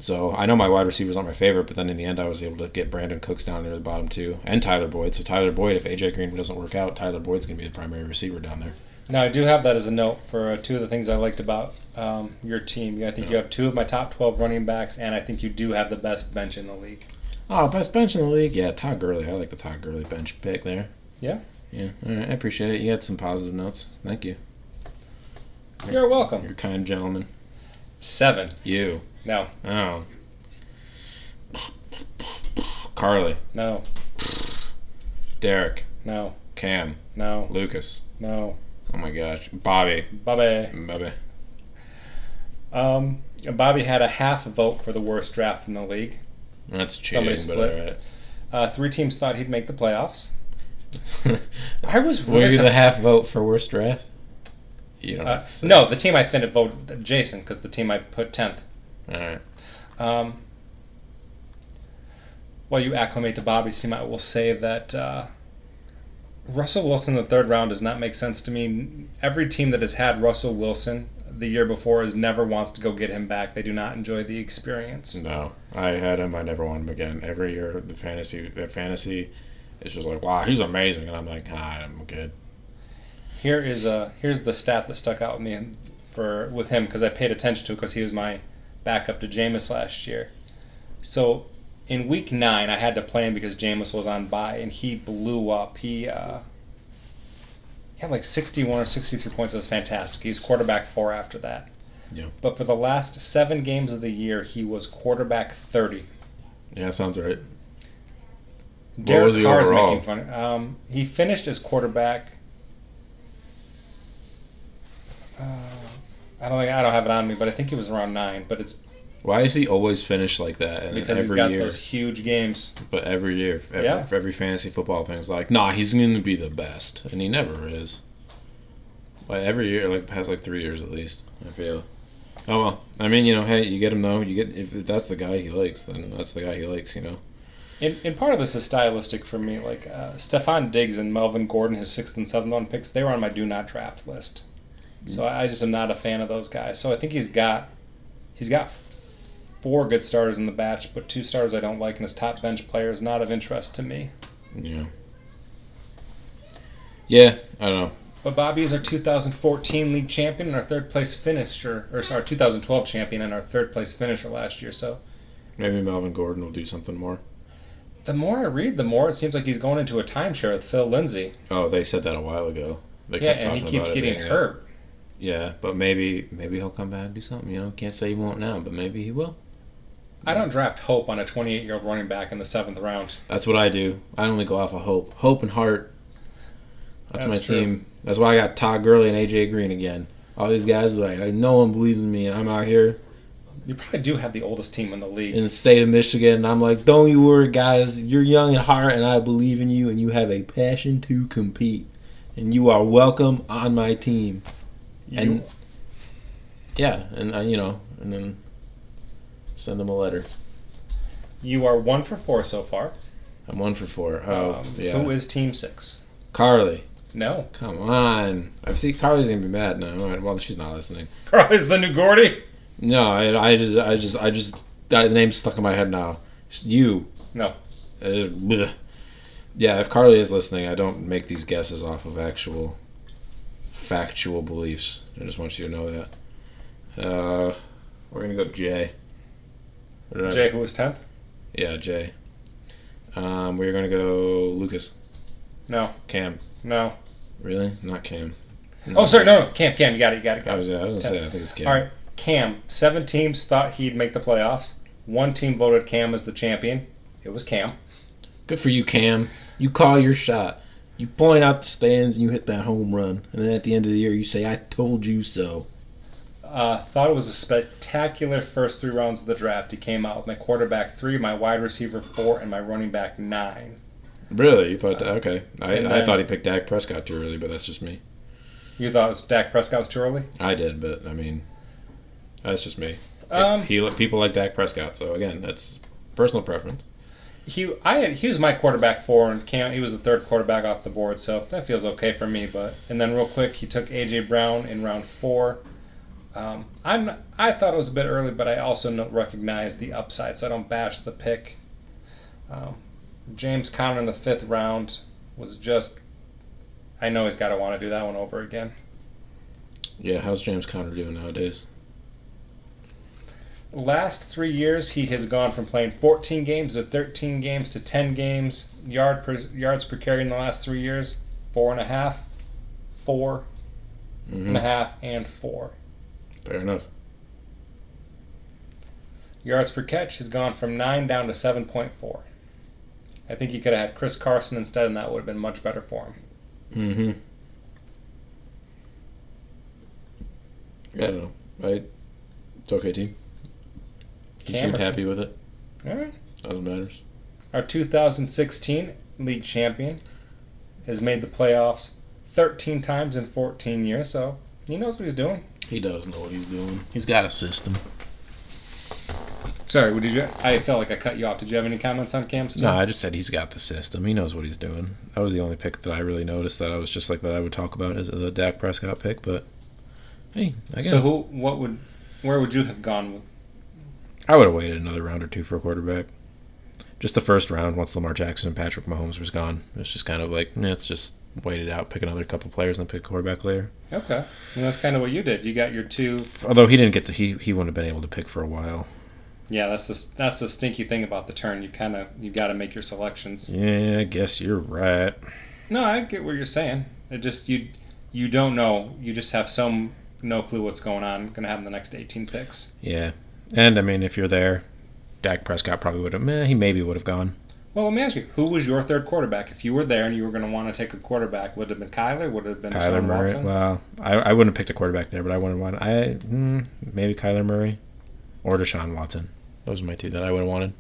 So I know my wide receivers aren't my favorite, but then in the end, I was able to get Brandon Cooks down there at the bottom too, and Tyler Boyd. So Tyler Boyd, if AJ Green doesn't work out, Tyler Boyd's gonna be the primary receiver down there.
Now I do have that as a note for uh, two of the things I liked about um, your team. I think you have two of my top twelve running backs, and I think you do have the best bench in the league.
Oh, best bench in the league, yeah, Todd Gurley. I like the Todd Gurley bench pick there.
Yeah.
Yeah, all right, I appreciate it. You had some positive notes. Thank you.
You're welcome.
You're a kind gentleman.
Seven.
You.
No,
Oh. Carly,
no,
Derek,
no,
Cam,
no,
Lucas.
no.
Oh my gosh, Bobby.
Bobby.
Bobby.
Um, Bobby had a half vote for the worst draft in the league.
That's
Somebody
cheating, but
split.
all right.
Uh, three teams thought he'd make the playoffs. [laughs] I was
Were
really
you
sur-
the half vote for worst draft? You don't
uh,
have to say.
no the team I think it voted Jason because the team I put tenth.
All right.
Um, while you acclimate to Bobby's team, I will say that uh, Russell Wilson in the third round does not make sense to me. Every team that has had Russell Wilson the year before is never wants to go get him back. They do not enjoy the experience.
No, I had him. I never won him again. Every year, the fantasy, the fantasy, it's just like, wow, he's amazing, and I'm like, ah, I'm good.
Here is a here's the stat that stuck out with me and- for with him because I paid attention to it because he was my backup to Jameis last year. So in week nine, I had to play him because Jameis was on bye and he blew up. He uh, he had like 61 or 63 points. It was fantastic. He was quarterback four after that.
Yeah.
But for the last seven games of the year, he was quarterback 30.
Yeah, sounds right.
Derek
was he
Carr is
overall?
making fun. Um, he finished as quarterback. Uh, I don't think I don't have it on me, but I think he was around nine. But it's
Why is he always finished like that? And
because he's
every
got
year,
those huge games.
but every year, every,
Yeah.
for every fantasy football thing is like, nah, he's going to be the best, and he never is. Like every year, like past like three years at least, I feel. Oh well, I mean, you know, hey, you get him though. You get if that's the guy he likes, then that's the guy he likes, you know.
And, and part of this is stylistic for me. Like uh, Stefan Diggs and Melvin Gordon, his sixth and seventh round picks, they were on my do not draft list.
Mm.
So I I just am not a fan of those guys. So I think he's got he's got four good starters in the batch, but two starters I don't like, and his top bench player is not of interest to me.
Yeah. Yeah, I don't know.
But Bobby is our 2014 league champion and our third place finisher, or sorry, 2012 champion and our third place finisher last year. So
Maybe Melvin Gordon will do something more.
the more I read, the more it seems like he's going into a timeshare with Phil Lindsay.
Oh, they said that a while ago. They
Yeah,
kept
and he
talking
keeps
about it
getting
being a-
hurt.
Yeah, but maybe maybe he'll come back and do something. You know, can't say he won't now, but maybe he will.
I don't draft hope on a 28 year old running back in the seventh round.
That's what I do. I only go off of hope, hope and heart. That's,
That's
my
true.
team. That's why I got Todd Gurley and AJ Green again. All these guys like like, no one believes in me, and I'm out here
You probably do have the oldest team in the league.
in the state of Michigan, and I'm like, don't you worry, guys. You're young at heart, and I believe in you, and you have a passion to compete, and you are welcome on my team.
You-
And yeah, and I, you know, and then send them a letter.
you are one for four so far.
I'm one for four. Oh,
Um,
yeah.
Who is team six?
Carly?
No. [laughs]
Come on. I see Carly's gonna be mad now. All right, Well, she's not listening.
Carly's the new Gordy?
No, I, I just, I just, I just, that name's stuck in my head now. It's you.
No.
Uh, bleh. yeah, if Carly is listening, I don't make these guesses off of actual, factual beliefs. I just want you to know that. Uh, we're gonna go Jay. What did I-
Jay, who is 10th?
Yeah, Jay. Um, we're gonna go Lucas.
No.
Cam.
No.
Really? Not Cam.
Oh, sorry. No, no. Cam, Cam, you got it. You got it.
I was, I was gonna say, I think it's Cam.
All right, Cam. Seven teams thought he'd make the playoffs. One team voted Cam as the champion. It was Cam.
Good for you, Cam. You call your shot. You point out the stands and you hit that home run. And then at the end of the year, you say, I told you so.
Uh, thought it was a spectacular first three rounds of the draft. He came out with my quarterback three, my wide receiver four, and my running back nine.
Really? You thought, okay. I,
and
I
then-
thought he picked Dak Prescott too early, but that's just me.
You thought it was Dak Prescott was too early?
I did, but I mean, that's just me.
Um,
he, he- people like Dak Prescott, so again, that's personal preference.
He, I had, he was my quarterback four, and Cam, he was the third quarterback off the board, so that feels okay for me. But and then real quick, he took AJ Brown in round four. Um, I'm, I thought it was a bit early, but I also no- recognize the upside, so I don't bash the pick. Um, James Conner in the fifth round was just. I know he's got to want to do that one over again.
Yeah, how's James Conner doing nowadays?
last three years he has gone from playing 14 games to 13 games to 10 games yard per, yards per carry in the last three years four and a half, four and
hmm
a half, and four
Fair enough.
yards per catch has gone from nine down to 7.4 i think he could have had chris carson instead and that would have been much better for him
Mm-hmm. I don't know. I, it's okay, team. He
Cam
seemed
or Tim?
happy with it.
All right.
That's what matters.
our 2016 league champion has made the playoffs 13 times in 14 years so he knows what he's doing
He does know what he's doing. He's got a system.
Sorry, what did you? I felt like I cut you off. Did you have any comments on Cam Stout?
No, I just said he's got the system. He knows what he's doing. That was the only pick that I really noticed that I was just like that I would talk about is the Dak Prescott pick. But hey, I guess
so who? What would? Where would you have gone with?
I would have waited another round or two for a quarterback. Just the first round, once Lamar Jackson and Patrick Mahomes was gone, it's just kind of like eh, let's just wait it out, pick another couple players, and pick a quarterback later.
Okay, and that's kind of what you did. You got your two.
Although he didn't get to, he he wouldn't have been able to pick for a while.
Yeah, that's the that's the stinky thing about the turn. You kind of you got to make your selections.
Yeah, I guess you're right.
No, I get what you're saying. It just you you don't know. You just have some no clue what's going on. Going to happen the next 18 picks.
Yeah, and I mean if you're there, Dak Prescott probably would have. Eh, he maybe would have gone.
Well, let me ask you: Who was your third quarterback? If you were there and you were going to want to take a quarterback, would it have been Kyler? Would it have been
Kyler
Deshaun
Murray.
Watson?
Well, I, I wouldn't have picked a quarterback there, but I wanted one. I mm, maybe Kyler Murray or Deshaun Watson. Those are my two that I would have wanted.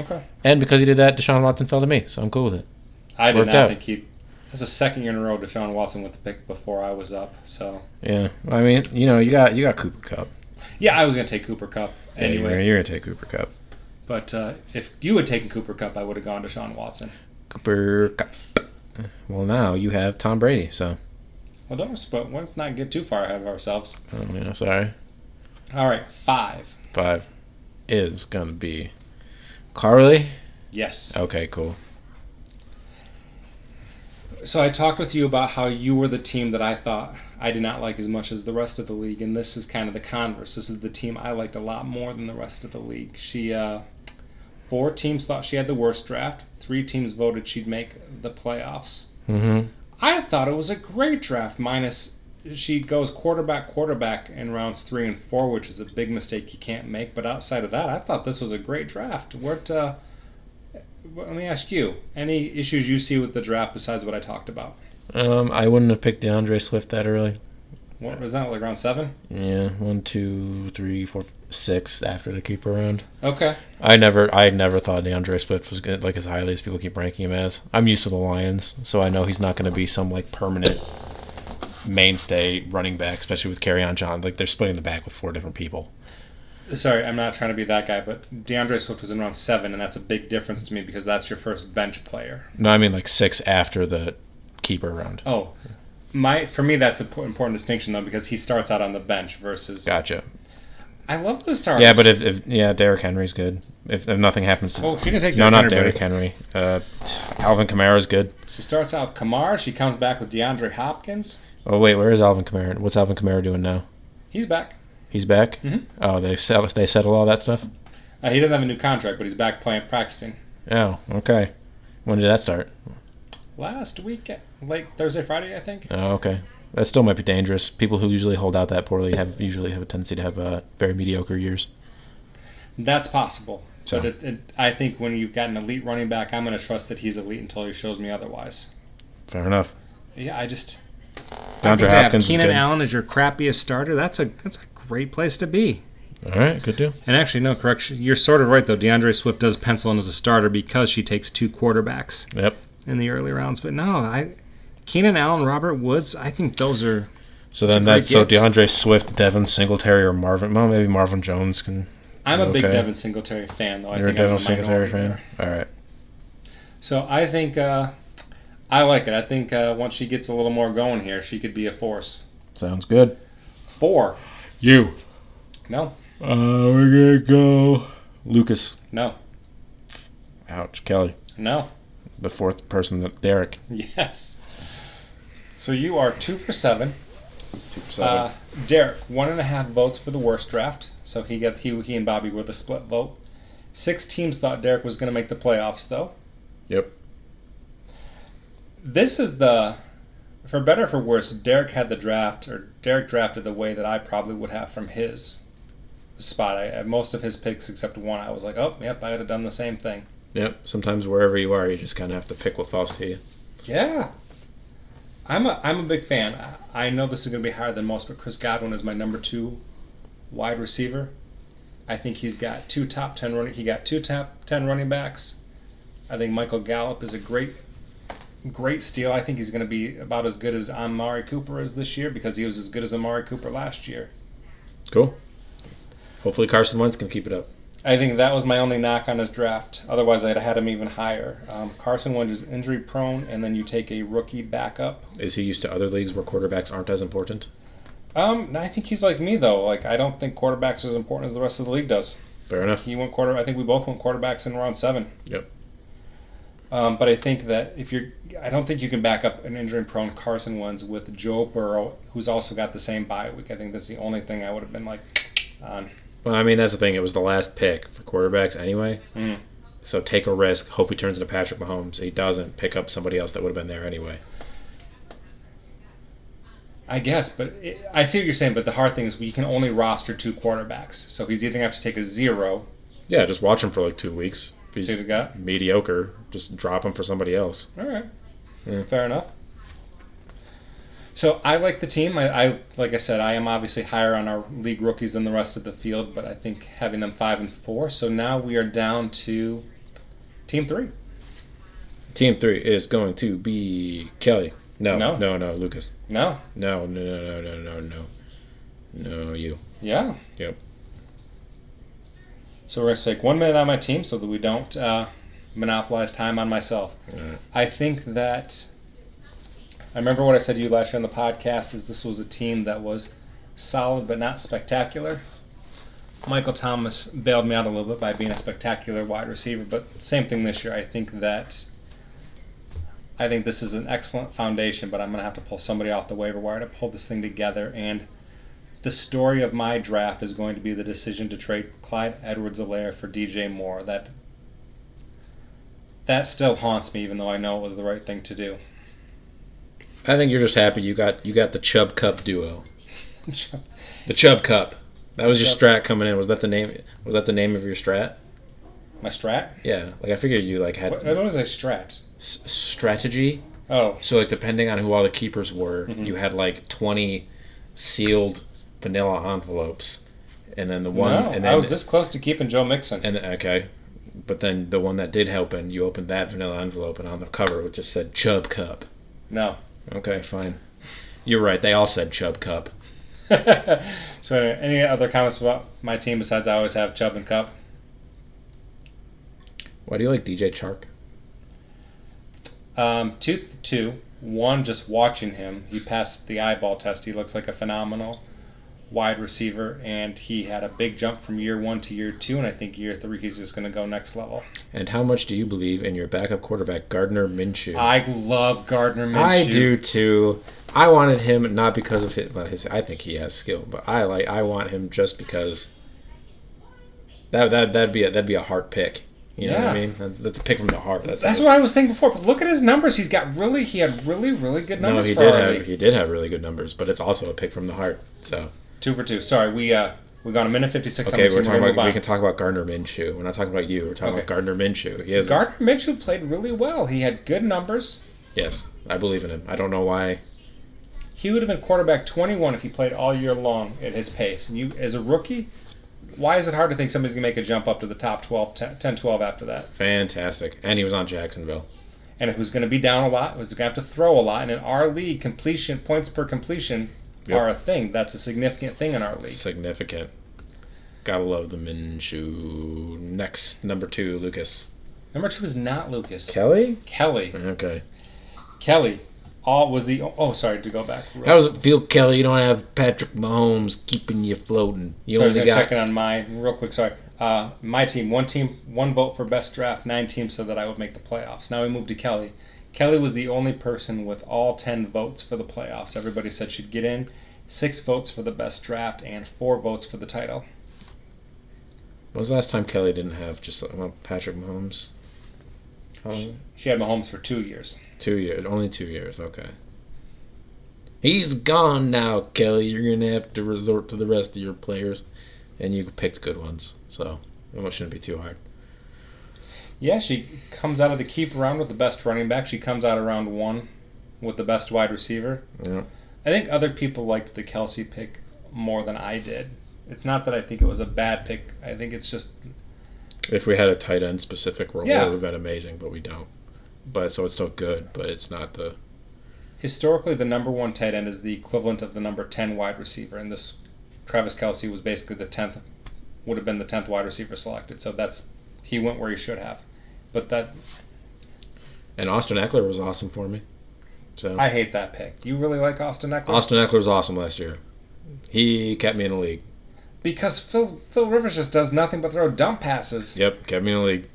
Okay,
And because he did that, Deshaun Watson fell to me, so I'm cool with it.
I did
Worked
not
out.
think he. That's the second year in a row Deshaun Watson with the pick before I was up. So
Yeah, I mean, you know, you got you got Cooper Cup.
yeah, I was gonna take Cooper Cup
Yeah, you're-
anyway.
you're gonna take Cooper Cup.
But uh, if you had taken Cooper Cup, I would have gone Deshaun Watson.
Cooper Cup. Well, now you have Tom Brady, so
Well, don't but let's not get too far ahead of ourselves.
I mean, I'm sorry.
All right, five.
Five is gonna be Carly.
Yes.
Okay, cool.
So I talked with you about how you were the team that I thought I did not like as much as the rest of the league, and this is kind of the converse. This is the team I liked a lot more than the rest of the league. She, uh, four teams thought she had the worst draft. Three teams voted she'd make the playoffs.
Mm-hmm.
I thought it was a great draft, minus she goes quarterback, quarterback in rounds three and four, which is a big mistake you can't make. But outside of that, I thought this was a great draft. What? Uh, let me ask you: any issues you see with the draft besides what I talked about?
Um, I wouldn't have picked DeAndre Swift that early.
What was that like round seven?
Yeah, one, two, three, four, six after the keeper round.
Okay,
I never, I never thought DeAndre Swift was good, like as highly as people keep ranking him as. I'm used to the Lions, so I know he's not going to be some like permanent mainstay running back, especially with Carry on John. Like they're splitting the back with four different people.
sorry, I'm not trying to be that guy, but DeAndre Swift was in round seven, and that's a big difference to me because that's your first bench player.
No, I mean like six after the keeper round.
Oh, my for me that's an important distinction though because he starts out on the bench versus
Gotcha.
I love the starters.
Yeah, but if, if yeah, Derrick Henry's good. If, if nothing happens, to
oh, she didn't take
no,
Derrick
not
Henry, buddy.
Derrick Henry. Uh, Alvin Kamara's good.
She starts out with Kamara. She comes back with DeAndre Hopkins.
Oh wait, where is Alvin Kamara? What's Alvin Kamara doing now?
He's back.
He's back.
Mhm.
Oh, they settle, they settle all that stuff.
Uh, he doesn't have a new contract, but he's back playing, practicing.
Oh, okay. When did that start?
Last week, like Thursday, Friday, I think.
Oh, okay. That still might be dangerous. People who usually hold out that poorly have usually have a tendency to have uh, very mediocre years.
That's possible.
So-
But it, it, I think when you've got an elite running back, I'm going to trust that he's elite until he shows me otherwise.
Fair enough.
Yeah, I just. I
DeAndre
think to have
Hopkins is
Keenan
good.
Allen as your crappiest starter, that's a that's a great place to be.
All right, good deal.
And actually, no, correction. You're sort of right, though. DeAndre Swift does pencil in as a starter because she takes two quarterbacks
Yep.
in the early rounds. But no, I Keenan Allen, Robert Woods, I think those are
So then
great
that's so
gets.
DeAndre Swift, Devin Singletary, or Marvin. Well, maybe Marvin Jones can.
I'm a big
Okay.
Devin Singletary fan, though. I
You're a
think I'm
Devin
a
Singletary
minority
fan.
there.
All right.
So I think uh, I like it. I think uh, once she gets a little more going here, she could be a force.
Sounds good.
Four?
You.
No,
Uh, we're gonna go. Lucas.
no,
Ouch, Kelly.
no. [laughs]
The fourth person that Derek.
Yes. So you are two for seven.
Two for
Uh, Derek, one and a half votes for the worst draft. So he got he, he and Bobby were the split vote. Six teams thought Derek was going to make the playoffs, though.
yep.
This is the, for better or for worse, Derek had the draft, or Derek drafted the way that I probably would have from his spot. I, I- most of his picks, except one, I was like, oh, yep, I would have done the same thing.
Yep. Sometimes wherever you are, you just kind of have to pick what falls to you.
Yeah. I'm a, I'm a big fan. I, I know this is going to be higher than most, but Chris Godwin is my number two wide receiver. I think he's got two top 10 running he got two top 10 running backs. I think Michael Gallup is a great great steal. I think he's going to be about as good as Amari Cooper is this year because he was as good as Amari Cooper last year.
Cool. Hopefully Carson Wentz can keep it up.
I think that was my only knock on his draft. Otherwise, I'd have had him even higher. Um, Carson Wentz is injury prone, and then you take a rookie backup
Is he used to other leagues where quarterbacks aren't as important?
Um, no, I think he's like me though. Like I don't think quarterbacks are as important as the rest of the league does.
Fair enough.
He went quarter. I think we both went quarterbacks in round seven.
Yep.
Um, but I think that if you're, I don't think you can back up an injury-prone Carson Wentz with Joe Burrow, who's also got the same bye week. I think that's the only thing I would have been like um, on.
Well, I mean that's the thing. It was the last pick for quarterbacks anyway.
Mm.
So take a risk. Hope he turns into Patrick Mahomes. He doesn't pick up somebody else that would have been there anyway.
I guess, but it, I see what you're saying. But the hard thing is we can only roster two quarterbacks, so he's either gonna have to take a zero.
Yeah, just watch him for like two weeks. If
See what we
he's
got.
mediocre, just drop him for somebody else.
All right.
Yeah.
Fair enough. So I like the team. I, I like I said, I am obviously higher on our league rookies than the rest of the field, but I think having them five and four. So now we are down to team three.
Team three is going to be Kelly. No,
No.
no, no, no, Lucas.
No.
No, no, no, no, no, no, no, no. You.
Yeah.
Yep.
So we're gonna take one minute on my team so that we don't uh, monopolize time on myself.
Alright.
I think that I remember what I said to you last year on the podcast is this was a team that was solid but not spectacular. Michael Thomas bailed me out a little bit by being a spectacular wide receiver, but same thing this year. I think that I think this is an excellent foundation, but I'm gonna have to pull somebody off the waiver wire to pull this thing together and the story of my draft is going to be the decision to trade Clyde Edwards Alaire for DJ Moore. That that still haunts me even though I know it was the right thing to do.
I think you're just happy you got you got the Chubb Cup duo. The Chubb Cup. That was your
Chubb.
strat coming in. Was that the name? Was that the name of your strat?
my strat?
Yeah. Like I figured you like had
What, uh? what is a strat?
s- strategy.
Oh,
So like depending on who all the keepers were,
Mm-hmm.
you had like twenty sealed vanilla envelopes, and then the one
no.
and then
I was this close to keeping Joe Mixon.
and okay, but then the one that did open, you opened that vanilla envelope, and on the cover it just said Chubb Cup.
No. [laughs]
Okay, fine. You're right. They all said Chubb Cup.
so any other comments about my team besides I always have Chubb and Cup?
Why do you like DJ Chark?
Um, two, two. One, just watching him, he passed the eyeball test. He looks like a phenomenal wide receiver, and he had a big jump from year one to year two, and I think year three he's just going to go next level.
And how much do you believe in your backup quarterback Gardner Minshew?
I love Gardner Minshew.
I do too. I wanted him not because of his, well, his. I think he has skill, but I like. I want him just because. That that that'd be a, that'd be a heart pick. You know what I
Yeah.
mean? That's, that's a pick from the heart. That's,
That's what I was thinking before. But look at his numbers. He's got really, he had really, really good
No,
numbers
he
for
did
our
have
league.
he did have really good numbers, but it's also a pick from the heart. So
Two for two. Sorry, we uh we got a minute fifty six on
okay,
the
we're
team. We're
talking
gonna
about we
move
can talk about Gardner Minshew. We're not talking about you. We're talking
Okay.
about Gardner Minshew. He has
on. Gardner Minshew played really well. He had good numbers.
yes, I believe in him. I don't know why
He would have been quarterback 21 if he played all year long at his pace. And you, as a rookie, why is it hard to think somebody's going to make a jump up to the top 12, 10, 10 12 after that?
Fantastic. And he was on Jacksonville.
And it was going to be down a lot. It was going to have to throw a lot. And in our league, completion points per completion
Yep.
are a thing. That's a significant thing in our league.
Significant. Gotta love the Minshew. Next, number two, Lucas.
Number two is not Lucas.
Kelly?
Kelly.
Okay.
Kelly. All was the. Oh, sorry to go back.
How does it feel, Kelly? You don't have Patrick Mahomes keeping you floating. You
So I was
only
gonna
got
check in on my real quick. Sorry, uh, my team. One team, one vote for best draft. Nine teams said that I would make the playoffs. Now we move to Kelly. Kelly was the only person with all ten votes for the playoffs. Everybody said she'd get in. Six votes for the best draft and four votes for the title.
When was the last time Kelly didn't have
uh,
just well, Patrick Mahomes? How long?
She had Mahomes for two years.
Two years. Only two years. Okay.
He's gone now, Kelly. You're gonna have to resort to the rest of your players, and you picked good ones.
So, it shouldn't be too hard.
Yeah, she comes out of the keep round with the best running back. She comes out of round one with the best wide receiver.
Yeah.
I think other people liked the Kelsey pick more than I did. It's not that I think it was a bad pick. I think it's just
If we had a tight end specific role,
Yeah.
it would have been amazing, but we don't. But so it's still good, but it's not the.
historically the number one tight end is the equivalent of the number 10 wide receiver and this travis kelsey was basically the 10th would have been the 10th wide receiver selected so that's he went where he should have but that
And Austin Eckler was awesome for me. So
i hate that pick you really like austin eckler
Austin Eckler was awesome last year. He kept me in the league.
because phil phil rivers just does nothing but throw dump passes
Yep, kept me in the league.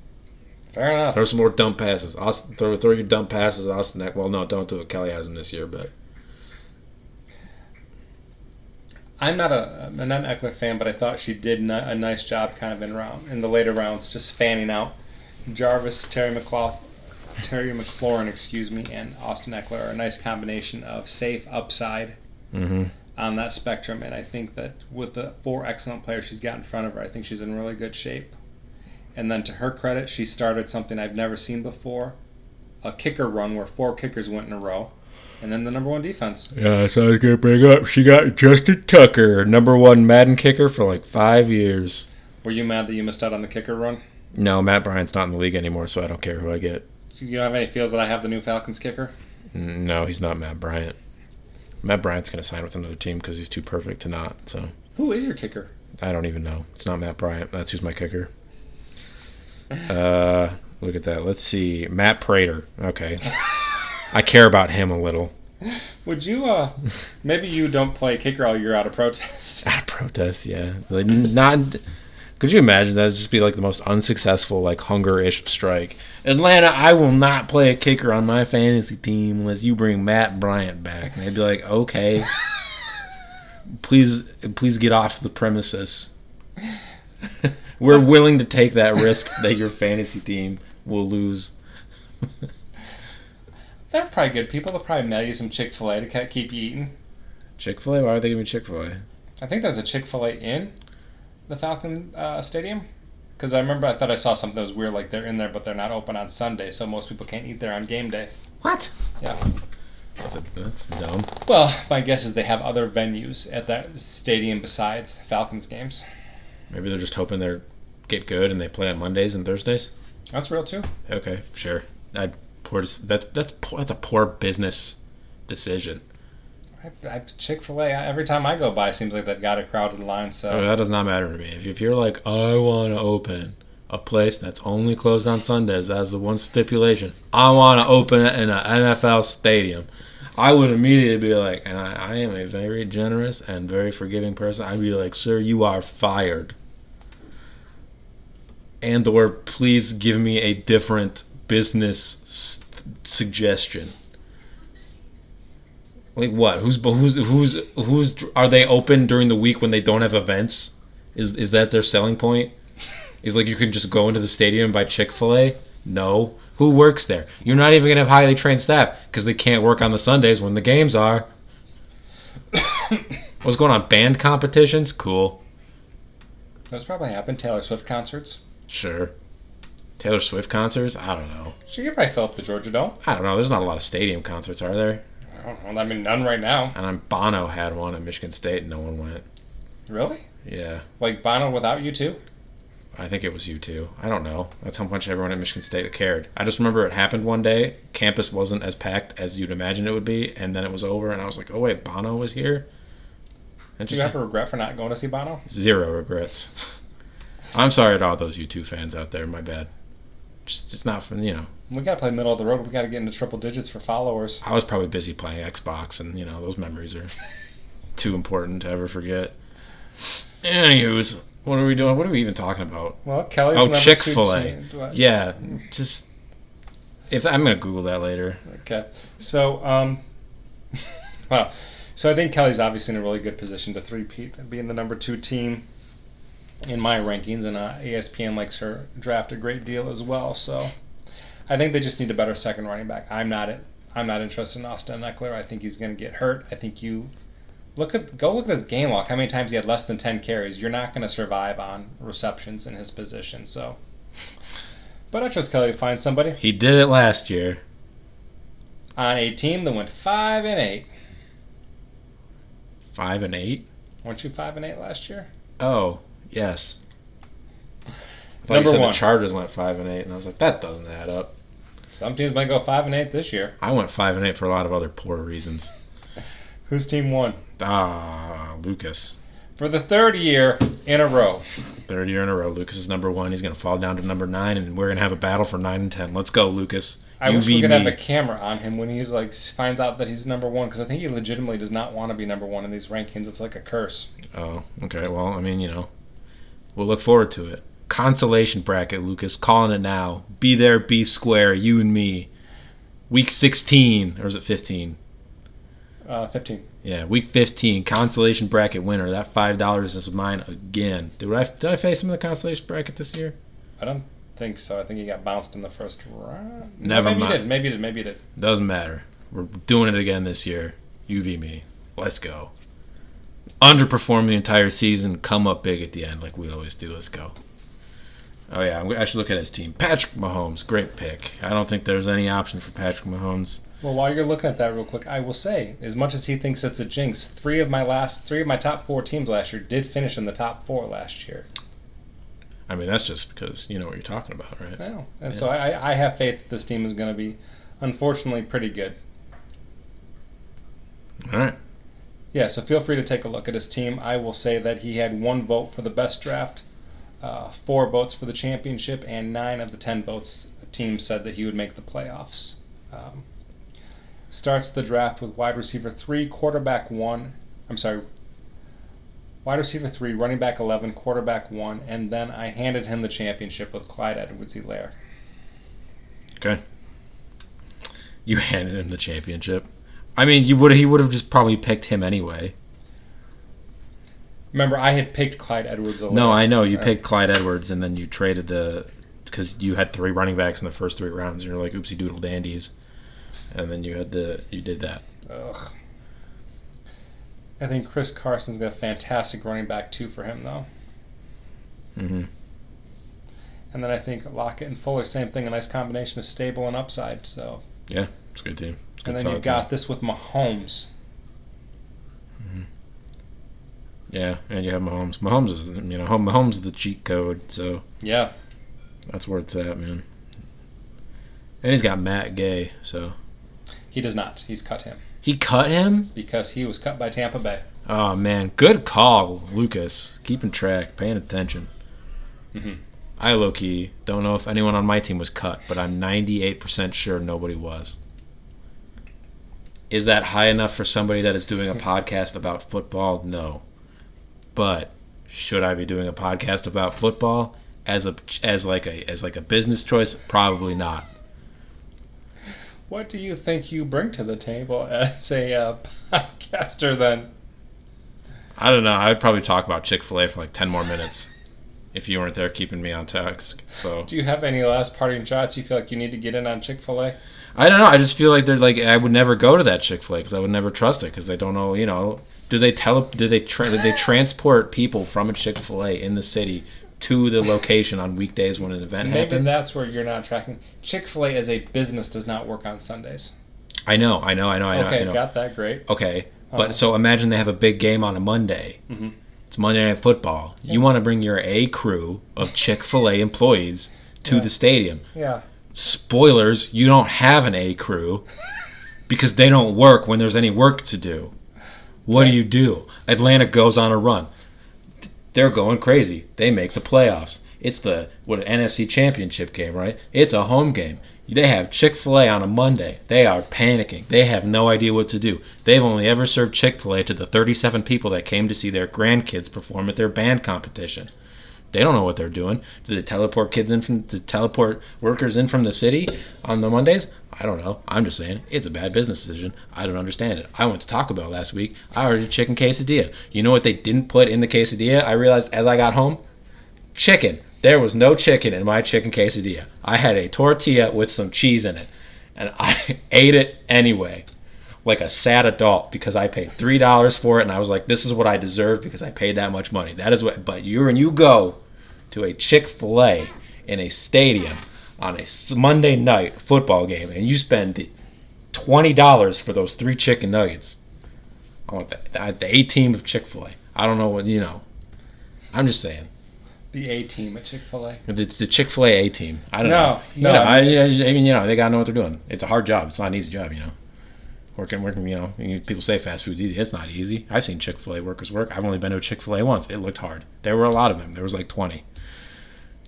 fair enough
Throw some more dump passes. Austin, throw throw your dump passes, at Austin. Eck- Well, no, don't do it. Kelly has him this year, but
i'm not a i'm not an eckler fan but i thought she did ni- a nice job kind of in round in the later rounds just fanning out jarvis terry mclaughlin Terry McLaurin, excuse me, and Austin Eckler are a nice combination of safe upside
mm-hmm.
on that spectrum. And I think that with the four excellent players she's got in front of her, I think she's in really good shape. And then to her credit, she started something I've never seen before a kicker run where four kickers went in a row. And then the number one defense.
Yeah, so I was gonna bring up. She got Justin Tucker, number one Madden kicker for like five years.
Were you mad that you missed out on the kicker run?
No, Matt Bryant's not in the league anymore, so I don't care who I get.
You don't have any feels that I have the new Falcons kicker?
N- No, he's not Matt Bryant. Matt Bryant's gonna sign with another team because he's too perfect to not. So
Who is your kicker?
I don't even know. It's not Matt Bryant. That's who's my kicker. Uh, look at that. Let's see, Matt Prater. Okay, I care about him a little.
Would you, uh, maybe you don't play kicker all year out of protest. [laughs]
At a protest, yeah. Like not. Could you imagine that? would just be like the most unsuccessful, like hunger-ish strike.
Atlanta, I will not play a kicker on my fantasy team unless you bring Matt Bryant back. And they'd be like, okay, please, please get off the premises. [laughs] We're willing to take that risk that your fantasy team will lose.
They're probably good people. They'll probably mail you some Chick fil A to ke- keep you eating.
Chick Fil A. Why would they give me Chick Fil A?
I think there's a Chick Fil A in the Falcon uh, Stadium because I remember I thought I saw something that was weird, like they're in there but they're not open on Sunday, so most people can't eat there on game day.
What?
Yeah.
That's, a, that's dumb.
Well, my guess is they have other venues at that stadium besides Falcons games.
Maybe they're just hoping they're get good and they play on Mondays and Thursdays.
That's real too.
Okay, sure. I poor. dec- That's that's poor, that's a poor business decision.
I, I, Chick Fil A. Every time I go by, it seems like they've got a crowded line.
Oh,
So
that does not matter to me. If, if you're like, I want to open a place that's only closed on Sundays, that's the one stipulation. I want to open it in an NFL stadium. I would immediately be like, and I, I am a very generous and very forgiving person. I'd be like, sir, you are fired. And or please give me a different business s- suggestion. Like what? Who's who's who's who's are they open during the week when they don't have events? Is is that their selling point? Is like you can just go into the stadium and buy Chick Fil A? No. Who works there? You're not even gonna have highly trained staff because they can't work on the Sundays when the games are. [coughs] What's going on? Band competitions? Cool.
those probably happen. Taylor Swift concerts.
Sure. Taylor Swift concerts? I don't know.
She could probably fill up the Georgia Dome.
I don't know. There's not a lot of stadium concerts, are there?
I don't know. I mean, none right now.
And I'm Bono had one at Michigan State and no one went.
Really?
Yeah.
Like Bono without you too?
I think it was you too. I don't know. That's how much everyone at Michigan State cared. I just remember it happened one day. Campus wasn't as packed as you'd imagine it would be, and then it was over, and I was like, "Oh wait, Bono was here." And
Do you
just
have a regret for not going to see Bono?
zero regrets. [laughs] I'm sorry to all those U2 fans out there. My bad. Just, just not from you know.
We gotta play middle of the road. We gotta get into triple digits for followers.
I was probably busy playing Xbox, and you know those memories are too important to ever forget. Anywho's, what are we doing? What are we even talking about?
Well, Kelly's
Oh,
number
Chick Fil
two
A.
team. Do I-
Yeah, just if I'm gonna Google that later.
Okay. So, um, [laughs] wow. So I think Kelly's obviously in a really good position to three-peat, being the number two team in my rankings, and uh, ESPN likes her draft a great deal as well. So I think they just need a better second running back. I'm not it. I'm not interested in Austin Eckler. I think he's going to get hurt. I think you look at go look at his game log. How many times he had less than ten carries? You're not going to survive on receptions in his position. So, but I trust Kelly to find somebody
He did it last year.
on a team that went five and eight.
Five and eight.
Weren't you five and eight last year?
Oh, yes. I thought
Number
you said
one.
the Chargers went five and eight, and I was like, that doesn't add up.
Some teams might go five and eight this year.
I went five and eight for a lot of other poor reasons.
Whose team won?
Ah, Lucas.
For the third year in a row.
Third year in a row, Lucas is number one. He's gonna fall down to number nine, and we're gonna have a battle for nine and ten. Let's go, Lucas.
I wish we
UV
could have
me.
a camera on him when he's like s- finds out that he's number one because I think he legitimately does not want to be number one in these rankings. It's like a curse.
Oh, okay. Well, I mean, you know, we'll look forward to it. Consolation bracket, Lucas. Calling it now. Be there, be square, you and me. Week 16, or is it 15?
Uh, Fifteen.
Yeah, week 15. Consolation bracket winner. That $5 is mine again. Did I, did I face him in the consolation bracket this year?
I don't think so. I think he got bounced in the first round. No,
Never
maybe
mind.
He did. Maybe he did. Maybe he did.
Doesn't matter. We're doing it again this year. UV me. Let's go. Underperform the entire season, come up big at the end like we always do. Let's go. Oh yeah, I'm- I should look at his team. Patrick Mahomes, great pick. I don't think there's any option for Patrick Mahomes.
Well, while you're looking at that real quick, I will say, as much as he thinks it's a jinx, three of my last three of my top four teams last year did finish in the top four last year.
I mean, that's just because you know what you're talking about, right?
No. And so I, I have faith that this team is going to be, unfortunately, pretty good.
All right.
Yeah, so feel free to take a look at his team. I will say that he had one vote for the best draft, uh, four votes for the championship, and nine of the ten votes team said that he would make the playoffs. Um, starts the draft with wide receiver three, quarterback one. I'm sorry. Wide receiver three, running back 11, quarterback one, and then I handed him the championship with Clyde Edwards Hilaire.
Okay. You [laughs] handed him the championship. I mean, you would he would have just probably picked him anyway.
Remember, I had picked Clyde Edwards Hilaire.
No, I know you
Uh,
picked Clyde Edwards, and then you traded the because you had three running backs in the first three rounds. and You're like oopsie doodle dandies, and then you had the you did that.
Ugh. I think Chris Carson's got a fantastic running back too for him though.
Mm-hmm.
And then I think Lockett and Fuller, same thing, a nice combination of stable and upside. So
It's a good team. It's a good
and then
solid
you've got this with Mahomes.
team. yeah, and you have Mahomes. Mahomes is you know Hom- Mahomes is the cheat code, so
Yeah.
that's where it's at, man. And he's got Matt Gay, so
He does not. He's cut him
he cut him.
because he was cut by Tampa Bay.
Oh man, good call, Lucas. Keeping track, paying attention.
Mhm.
I low key don't know if anyone on my team was cut, but I'm 98% sure nobody was. Is that high enough for somebody that is doing a podcast about football? No. But should I be doing a podcast about football as a as like a as like a business choice? Probably not.
What do you think you bring to the table [laughs] as a uh, podcaster then?
I don't know. I'd probably talk about Chick Fil A for like 10 more minutes if you weren't there keeping me on task. So
Do you have any last parting shots you feel like you need to get in on Chick fil A?
I don't know. I just feel like they're like I would never go to that Chick Fil A because I would never trust it because they don't know. You know, do they tele? Do they tra- do they transport people from a Chick Fil A in the city to the location on weekdays when an event
Maybe
happens?
that's where you're not tracking. Chick fil A as a business does not work on Sundays.
I know, I know, I know, I know. I
okay,
know.
got that. Great.
Okay, but so imagine they have a big game on a Monday.
Mm-hmm.
It's Monday Night Football. You want to bring your A crew of Chick Fil A employees to the stadium.
Yeah.
Spoilers: you don't have an A crew because they don't work when there's any work to do. What do you do? Atlanta goes on a run. They're going crazy. They make the playoffs. It's the what NFC Championship game, right? It's a home game. They have Chick Fil A on a Monday. They are panicking. They have no idea what to do. They've only ever served Chick Fil A to the 37 people that came to see their grandkids perform at their band competition. They don't know what they're doing. Do they teleport kids in from the teleport workers in from the city on the Mondays? I don't know. I'm just saying it's a bad business decision. I don't understand it. I went to Taco Bell last week. I ordered a chicken quesadilla. You know what they didn't put in the quesadilla? I realized as I got home, chicken. There was no chicken in my chicken quesadilla. I had a tortilla with some cheese in it, and I [laughs] ate it anyway, like a sad adult because I paid three dollars for it, and I was like, "This is what I deserve because I paid that much money." That is what. But you and you go to a Chick Fil A in a stadium on a s- Monday night football game, and you spend twenty dollars for those three chicken nuggets. I want the, the, the A team of Chick Fil A. I don't know what you know. I'm just saying.
The A team at Chick Fil A.
The, the Chick Fil A A team. I don't
No,
know.
no,
You know,
I
I, I, I mean, you know, they gotta know what they're doing. It's a hard job. It's not an easy job, you know. Working, working, you know. you- People say fast food's easy. It's not easy. I've seen Chick Fil A workers work. I've only been to a Chick Fil A once. It looked hard. There were a lot of them. There was like twenty.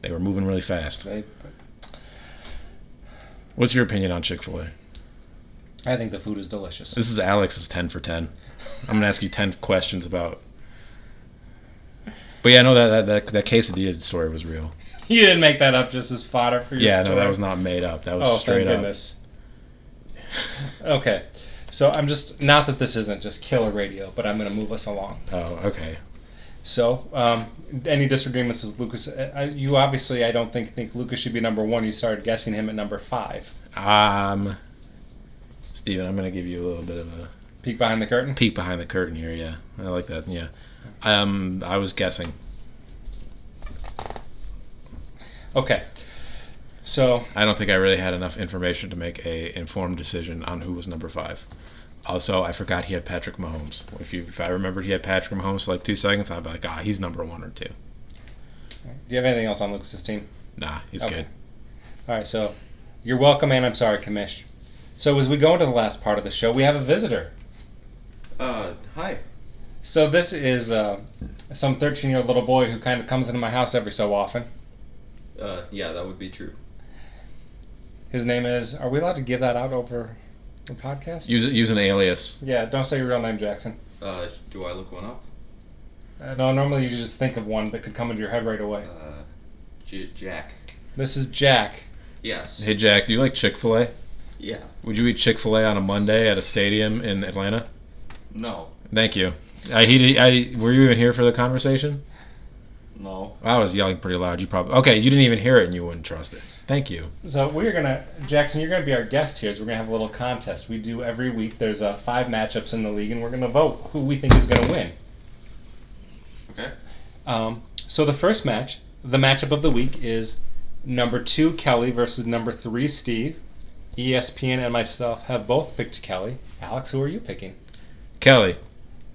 They were moving really fast.
They,
What's your opinion on Chick Fil A?
I think the food is delicious.
This is Alex's ten for ten. I'm gonna ask you ten questions about. But yeah, no, that that that, that quesadilla story was real.
[laughs] You didn't make that up just as fodder for your
Yeah,
story.
no, that was not made up. That was
oh,
straight
thank
up.
goodness. [laughs] okay, so I'm just not that this isn't just killer radio, but I'm going to move us along.
Oh, okay.
So, um, any disagreements with Lucas? Uh, I- you obviously, I don't think think Lucas should be number one. You started guessing him at number five.
Um, Steven, I'm going to give you a little bit of a
Peek behind the curtain.
peek behind the curtain here. Yeah, I like that. Yeah. Um, I was guessing.
Okay, so
I don't think I really had enough information to make a informed decision on who was number five. Also, I forgot he had Patrick Mahomes. If you, if I remembered he had Patrick Mahomes for like two seconds, I'd be like, ah, he's number one or two.
do you have anything else on Lucas's team?
Nah, he's
Okay.
good.
All right, so you're welcome, and I'm sorry, Kamish. So as we go into the last part of the show, we have a visitor.
Uh, hi.
So this is uh, some 13 year old little boy who kind of comes into my house every so often.
Uh, yeah, that would be true.
His name is. Are we allowed to give that out over the podcast?
Use use an alias.
yeah, don't say your real name, Jackson.
Uh, do I look one up?
Uh, no, normally you just think of one that could come into your head right away.
Uh, J- Jack.
This is Jack.
Yes.
Hey Jack, do you like Chick Fil A?
Yeah.
Would you eat Chick Fil A on a Monday at a stadium in Atlanta?
No.
Thank you. I, he, I, were you even here for the conversation?
No.
I was yelling pretty loud. You probably okay. You didn't even hear it, and you wouldn't trust it. Thank you.
So we're gonna, Jackson, you're gonna be our guest here. So we're gonna have a little contest we do every week. There's uh, five matchups in the league, and we're gonna vote who we think is gonna win.
Okay.
Um, so the first match, the matchup of the week is number two Kelly versus number three Steve. E ESPN and myself have both picked Kelly. Alex, who are you picking?
Kelly,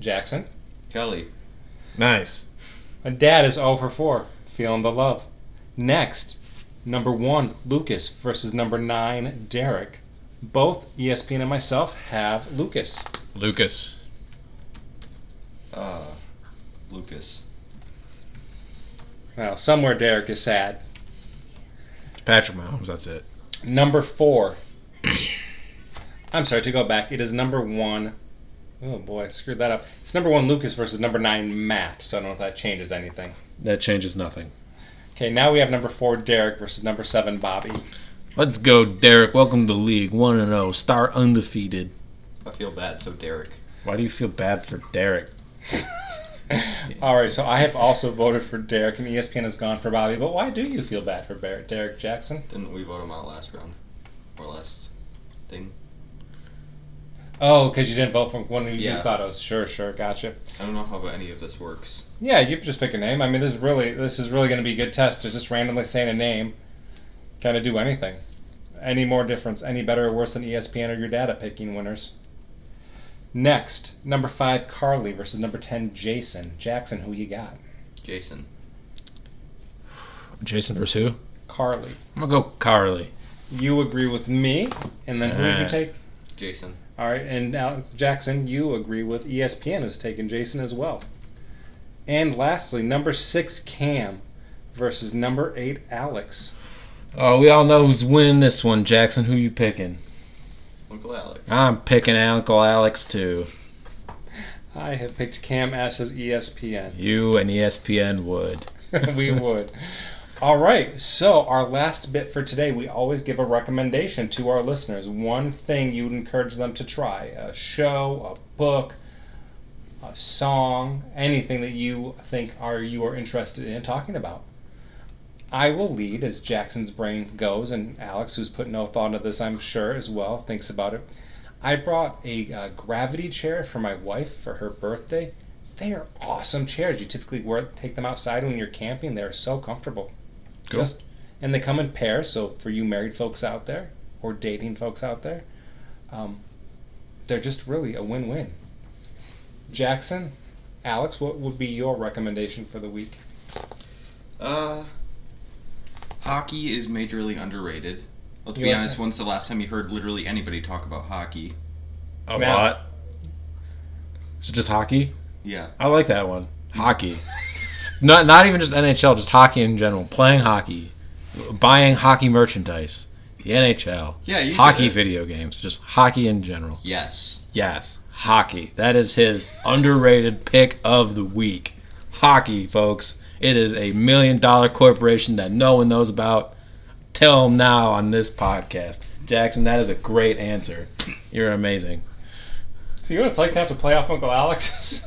Jackson.
Kelly.
nice.
And Dad is 0 for 4, feeling the love. Next, number one Lucas versus number nine Derek. Both E ESPN and myself have Lucas.
Lucas,
Uh, Lucas.
Well, somewhere Derek is sad.
Patrick Mahomes. That's it.
Number four. I'm sorry to go back. It is number one. Oh boy, I screwed that up. It's number one Lucas versus number nine Matt. So I don't know if that changes anything.
That changes nothing.
Okay, now we have number four Derek versus number seven Bobby.
Let's go, Derek. Welcome to the league. One and zero. Star undefeated.
I feel bad, so Derek.
Why do you feel bad for Derek?
All right, so I have also voted for Derek, and E ESPN has gone for Bobby. But why do you feel bad for Barrett, Derek Jackson?
Didn't we vote him out last round? Or last thing?
Oh, because you didn't vote for one who you
Yeah.
thought it was. Sure, sure, gotcha.
I don't know how any of this works.
Yeah, you just pick a name. I mean, this is really this is really going to be a good test. To just randomly saying a name, kind of do anything. any more difference, any better or worse than E ESPN or your data picking winners. Next, number five, Carly versus number 10, Jason. Jackson, who you got?
Jason.
Jason versus who?
Carly.
I'm gonna go Carly.
You agree with me, and then who did you
Uh.
take?
Jason.
All right, and now Jackson, you agree with E ESPN has taken Jason as well. And lastly, number six, Cam versus number eight, Alex.
Oh, we all know who's winning this one, Jackson. Who you picking?
Uncle Alex.
I'm picking Uncle Alex too.
I have picked Cam as his E ESPN.
You and E ESPN would.
[laughs] we would. All right. So, our last bit for today, we always give a recommendation to our listeners. One thing you'd encourage them to try a show, a book, a song, anything that you think are you are interested in talking about. I will lead as Jackson's brain goes, and Alex, who's put no thought into this, I'm sure, as well, thinks about it. I brought a uh, gravity chair for my wife for her birthday. They are awesome chairs. You typically wear take them outside when you're camping. They're so comfortable.
Cool.
Just and they come in pairs. So for you married folks out there or dating folks out there, um, they're just really a win-win. Jackson, Alex, what would be your recommendation for the week?
Uh, hockey is majorly underrated. Let's be
Yeah.
honest. When's the last time you heard literally anybody talk about hockey?
A
Now-
lot. So just hockey.
Yeah.
I like that one. Hockey. not not even just NHL, just hockey in general. Playing hockey, buying hockey merchandise, the NHL,
Yeah. You
hockey
Did it.
video games, just hockey in general.
Yes.
Yes, hockey. That is his underrated pick of the week. Hockey, folks. It is a million dollar corporation that no one knows about. Tell 'em now on this podcast. Jackson, that is a great answer. You're amazing.
See what it's like to have to play off Uncle Alex.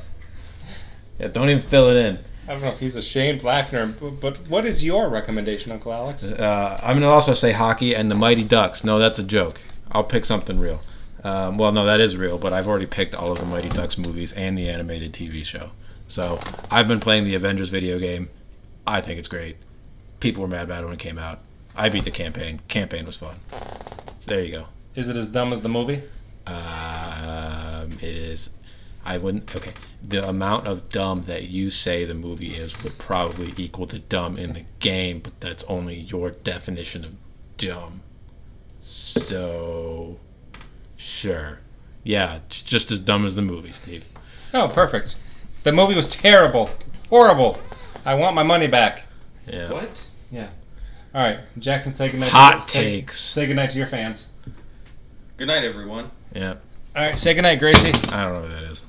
Yeah, don't even fill it in.
[laughs] I don't know if he's ashamed, laughing, or but- but what is your recommendation, Uncle Alex?
Uh, I'm gonna also say hockey and the Mighty Ducks. No, that's a joke. I'll pick something real. Um, well, no, that is real, but I've already picked all of the Mighty Ducks movies and the animated TV show. So I've been playing the Avengers video game. I think it's great. People were mad about it when it came out. I beat the campaign. Campaign was fun. So there you go.
Is it as dumb as the movie?
Um, it is. I wouldn't. Okay. The amount of dumb that you say the movie is would probably equal the dumb in the game, but that's only your definition of dumb. So, sure. Yeah, it's just as dumb as the movie, Steve.
Oh, perfect. The movie was terrible, horrible. I want my money back.
Yeah.
What?
All right, Jackson, say goodnight.
Hot
say,
takes.
Say goodnight to your fans.
Good night, everyone.
Yeah.
All right, say goodnight, Gracie.
I don't know what that is.